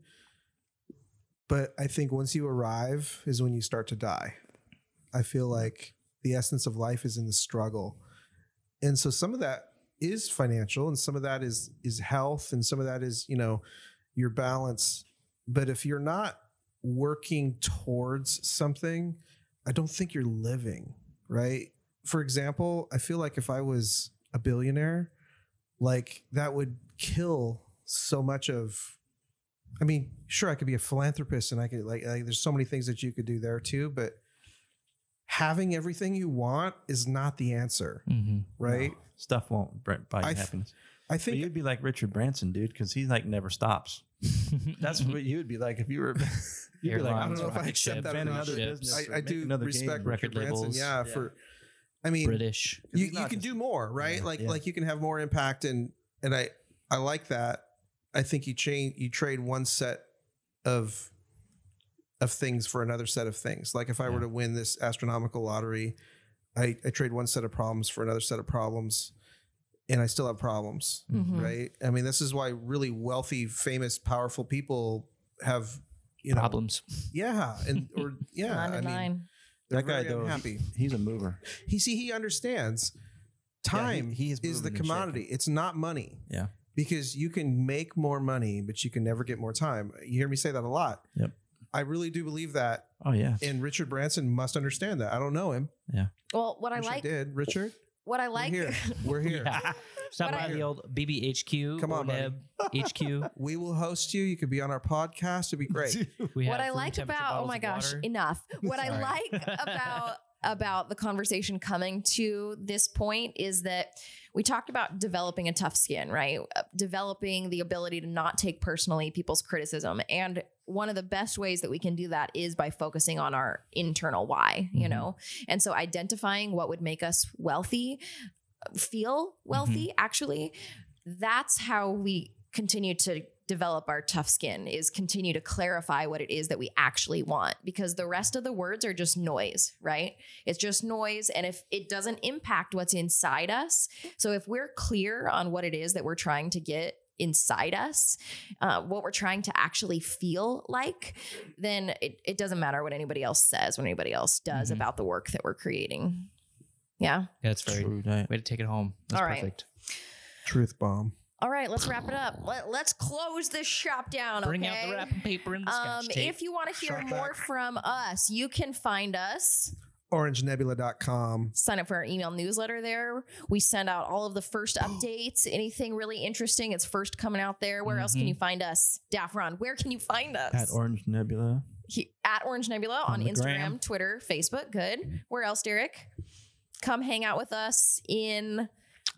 [SPEAKER 4] But I think once you arrive is when you start to die. I feel like the essence of life is in the struggle. and so some of that is financial and some of that is is health and some of that is you know your balance but if you're not working towards something i don't think you're living right for example i feel like if i was a billionaire like that would kill so much of i mean sure i could be a philanthropist and i could like, like there's so many things that you could do there too but having everything you want is not the answer
[SPEAKER 1] Mm-hmm.
[SPEAKER 4] right
[SPEAKER 5] No, stuff won't br- buy you
[SPEAKER 4] I f-
[SPEAKER 5] happiness.
[SPEAKER 4] i
[SPEAKER 5] But
[SPEAKER 4] think
[SPEAKER 5] you'd be like Richard Branson, dude, because he like never stops.
[SPEAKER 1] <laughs>
[SPEAKER 5] That's what you would be like if you <laughs> were. You'd be like, I don't
[SPEAKER 1] Airlines,
[SPEAKER 5] know if I
[SPEAKER 1] rocket
[SPEAKER 4] accept
[SPEAKER 1] ships,
[SPEAKER 4] that
[SPEAKER 1] cruise
[SPEAKER 5] another
[SPEAKER 1] ships,
[SPEAKER 5] business.
[SPEAKER 4] I, I
[SPEAKER 5] Make
[SPEAKER 4] do
[SPEAKER 5] another game.
[SPEAKER 4] respect
[SPEAKER 1] Record
[SPEAKER 4] Richard Branson.
[SPEAKER 1] labels.
[SPEAKER 4] Yeah,
[SPEAKER 5] Yeah.
[SPEAKER 4] for I mean,
[SPEAKER 1] British.
[SPEAKER 4] you,
[SPEAKER 5] He's
[SPEAKER 4] you
[SPEAKER 5] not
[SPEAKER 4] can
[SPEAKER 5] just-
[SPEAKER 4] do more, right?
[SPEAKER 5] Yeah,
[SPEAKER 4] like
[SPEAKER 5] yeah.
[SPEAKER 4] like you can have more impact, and and I I like that. I think you change you trade one set of of things for another set of things. Like if I were
[SPEAKER 5] Yeah.
[SPEAKER 4] to win this astronomical lottery, I, I trade one set of problems for another set of problems, and I still have problems
[SPEAKER 5] Hmm.
[SPEAKER 3] Mm-hmm.
[SPEAKER 4] right? I mean, this is why really wealthy, famous, powerful people have you know
[SPEAKER 1] Problems.
[SPEAKER 4] Yeah, and
[SPEAKER 5] <laughs>
[SPEAKER 4] or yeah, I mean, they're
[SPEAKER 5] That guy,
[SPEAKER 4] very
[SPEAKER 5] though,
[SPEAKER 4] unhappy.
[SPEAKER 5] <laughs> He's a mover.
[SPEAKER 4] He see he understands time
[SPEAKER 5] he is
[SPEAKER 4] is the
[SPEAKER 5] moving and shaking.
[SPEAKER 4] commodity. It's not money.
[SPEAKER 5] Yeah.
[SPEAKER 4] Because you can make more money, but you can never get more time. You hear me say that a lot.
[SPEAKER 5] Yep.
[SPEAKER 4] I really do believe that,
[SPEAKER 5] Oh yeah.
[SPEAKER 4] and Richard Branson must understand that. I don't know him.
[SPEAKER 3] Well, what I
[SPEAKER 4] Wish
[SPEAKER 3] like,
[SPEAKER 4] did Richard.
[SPEAKER 3] what I like, <laughs>
[SPEAKER 4] we're here. We're here.
[SPEAKER 1] Yeah. Stop
[SPEAKER 3] But
[SPEAKER 1] by
[SPEAKER 3] I-
[SPEAKER 1] the old BBHQ.
[SPEAKER 4] Come on, buddy.
[SPEAKER 1] Orneb <laughs> HQ.
[SPEAKER 4] We will host you. You could be on our podcast. It'd be great.
[SPEAKER 5] <laughs>
[SPEAKER 1] We
[SPEAKER 3] what
[SPEAKER 1] have
[SPEAKER 3] I
[SPEAKER 1] room
[SPEAKER 3] like
[SPEAKER 1] temperature
[SPEAKER 3] about oh
[SPEAKER 1] bottles
[SPEAKER 3] my
[SPEAKER 1] of
[SPEAKER 3] gosh,
[SPEAKER 1] water. <laughs>
[SPEAKER 3] enough. What I
[SPEAKER 1] Sorry.
[SPEAKER 3] like about about the conversation coming to this point is that we talked about developing a tough skin, right? Uh, Developing the ability to not take personally people's criticism and one of the best ways that we can do that is by focusing on our internal why, you
[SPEAKER 1] Mhm.
[SPEAKER 3] know. And so identifying what would make us wealthy, uh, feel wealthy actually, that's how we continue to develop our tough skin is continue to clarify what it is that we actually want because the rest of the words are just noise right it's just noise and if it doesn't impact what's inside us so if we're clear on what it is that we're trying to get inside us uh, what we're trying to actually feel like then it, it doesn't matter what anybody else says what anybody else does
[SPEAKER 1] Mhm.
[SPEAKER 3] about the work that we're creating yeah
[SPEAKER 1] Yeah, that's very
[SPEAKER 5] True that.
[SPEAKER 1] way to take it home. That's
[SPEAKER 3] All right.
[SPEAKER 1] perfect.
[SPEAKER 4] Truth bomb.
[SPEAKER 3] all right let's wrap it up Let, let's close this shop down
[SPEAKER 1] Bring
[SPEAKER 3] okay?
[SPEAKER 1] out the wrapping paper and the
[SPEAKER 3] Um,
[SPEAKER 1] scotch tape.
[SPEAKER 3] if you want to hear
[SPEAKER 4] Shop
[SPEAKER 3] more
[SPEAKER 4] back.
[SPEAKER 3] from us, you can find us.
[SPEAKER 4] orangenebula.com.
[SPEAKER 3] Sign up for our email newsletter there. We send out all of the first updates. Anything really interesting, it's first coming out there. Where else can
[SPEAKER 1] Mhm.
[SPEAKER 3] you find us? Daffron, where can you find us?
[SPEAKER 5] At Orange Nebula.
[SPEAKER 3] He- at Orange Nebula
[SPEAKER 5] On
[SPEAKER 3] on,
[SPEAKER 5] the
[SPEAKER 3] Instagram,
[SPEAKER 5] gram.
[SPEAKER 3] Twitter, Facebook. Good. Where else, Derek? Come hang out with us in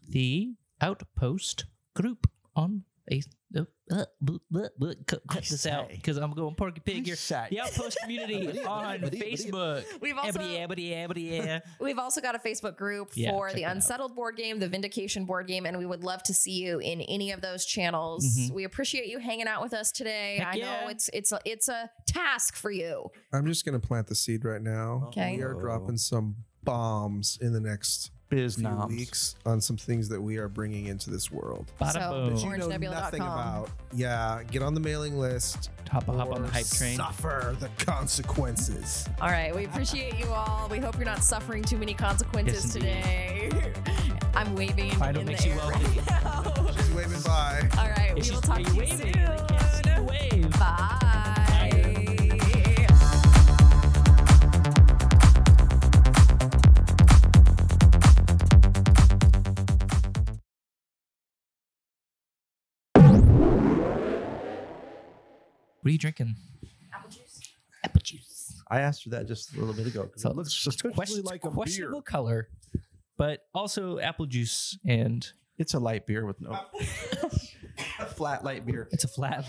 [SPEAKER 1] the Outpost group on a. Uh, uh, bleh, bleh, bleh, cut cut this out
[SPEAKER 5] say.
[SPEAKER 1] because I'm going porky pig here.
[SPEAKER 5] Shaq.
[SPEAKER 1] The Outpost <laughs> community on Facebook.
[SPEAKER 3] we've also
[SPEAKER 1] Ebony, ebony, ebony,
[SPEAKER 3] <laughs>
[SPEAKER 1] eh.
[SPEAKER 3] We've also got a Facebook group
[SPEAKER 1] Yeah,
[SPEAKER 3] for
[SPEAKER 1] check
[SPEAKER 3] the
[SPEAKER 1] that out.
[SPEAKER 3] Unsettled board game, the Vindication board game, and we would love to see you in any of those channels.
[SPEAKER 1] Mhm.
[SPEAKER 3] We appreciate you hanging out with us today.
[SPEAKER 1] Heck
[SPEAKER 3] I
[SPEAKER 1] yeah.
[SPEAKER 3] know it's it's a, it's a task for you.
[SPEAKER 4] I'm just going to plant the seed right now.
[SPEAKER 3] Okay.
[SPEAKER 4] We are dropping some bombs in the next
[SPEAKER 5] biz
[SPEAKER 4] few
[SPEAKER 5] knobs.
[SPEAKER 4] weeks on some things that we are bringing into this world.
[SPEAKER 1] Bada
[SPEAKER 3] So-
[SPEAKER 1] boom.
[SPEAKER 4] That you know
[SPEAKER 3] Orangenebula.com.
[SPEAKER 4] nothing about. Yeah, get on the mailing list.
[SPEAKER 1] Hop, hop on
[SPEAKER 4] or
[SPEAKER 1] the hype train.
[SPEAKER 4] Suffer the consequences.
[SPEAKER 3] All right, we appreciate you all. We hope you're not suffering too many consequences
[SPEAKER 1] Yes,
[SPEAKER 3] today. <laughs> I'm waving
[SPEAKER 1] Find what
[SPEAKER 3] in the
[SPEAKER 1] makes you
[SPEAKER 3] air
[SPEAKER 1] wealthy.
[SPEAKER 3] right now. <laughs>
[SPEAKER 4] She's waving bye.
[SPEAKER 3] All right,
[SPEAKER 1] It's
[SPEAKER 3] we will
[SPEAKER 1] just
[SPEAKER 3] talk
[SPEAKER 1] are
[SPEAKER 3] to you
[SPEAKER 1] waving?
[SPEAKER 3] soon.
[SPEAKER 1] They can't see the wave.
[SPEAKER 3] Bye.
[SPEAKER 1] What are you drinking?
[SPEAKER 5] I asked her that just a little bit ago. 'cause
[SPEAKER 1] So
[SPEAKER 5] it looks
[SPEAKER 1] it's
[SPEAKER 5] suspiciously
[SPEAKER 1] quest-
[SPEAKER 5] like a
[SPEAKER 1] questionable
[SPEAKER 5] beer.
[SPEAKER 1] color, but also apple juice, and
[SPEAKER 5] It's a light beer <laughs> with no.
[SPEAKER 1] <laughs>
[SPEAKER 5] a flat light beer.
[SPEAKER 1] it's a flat.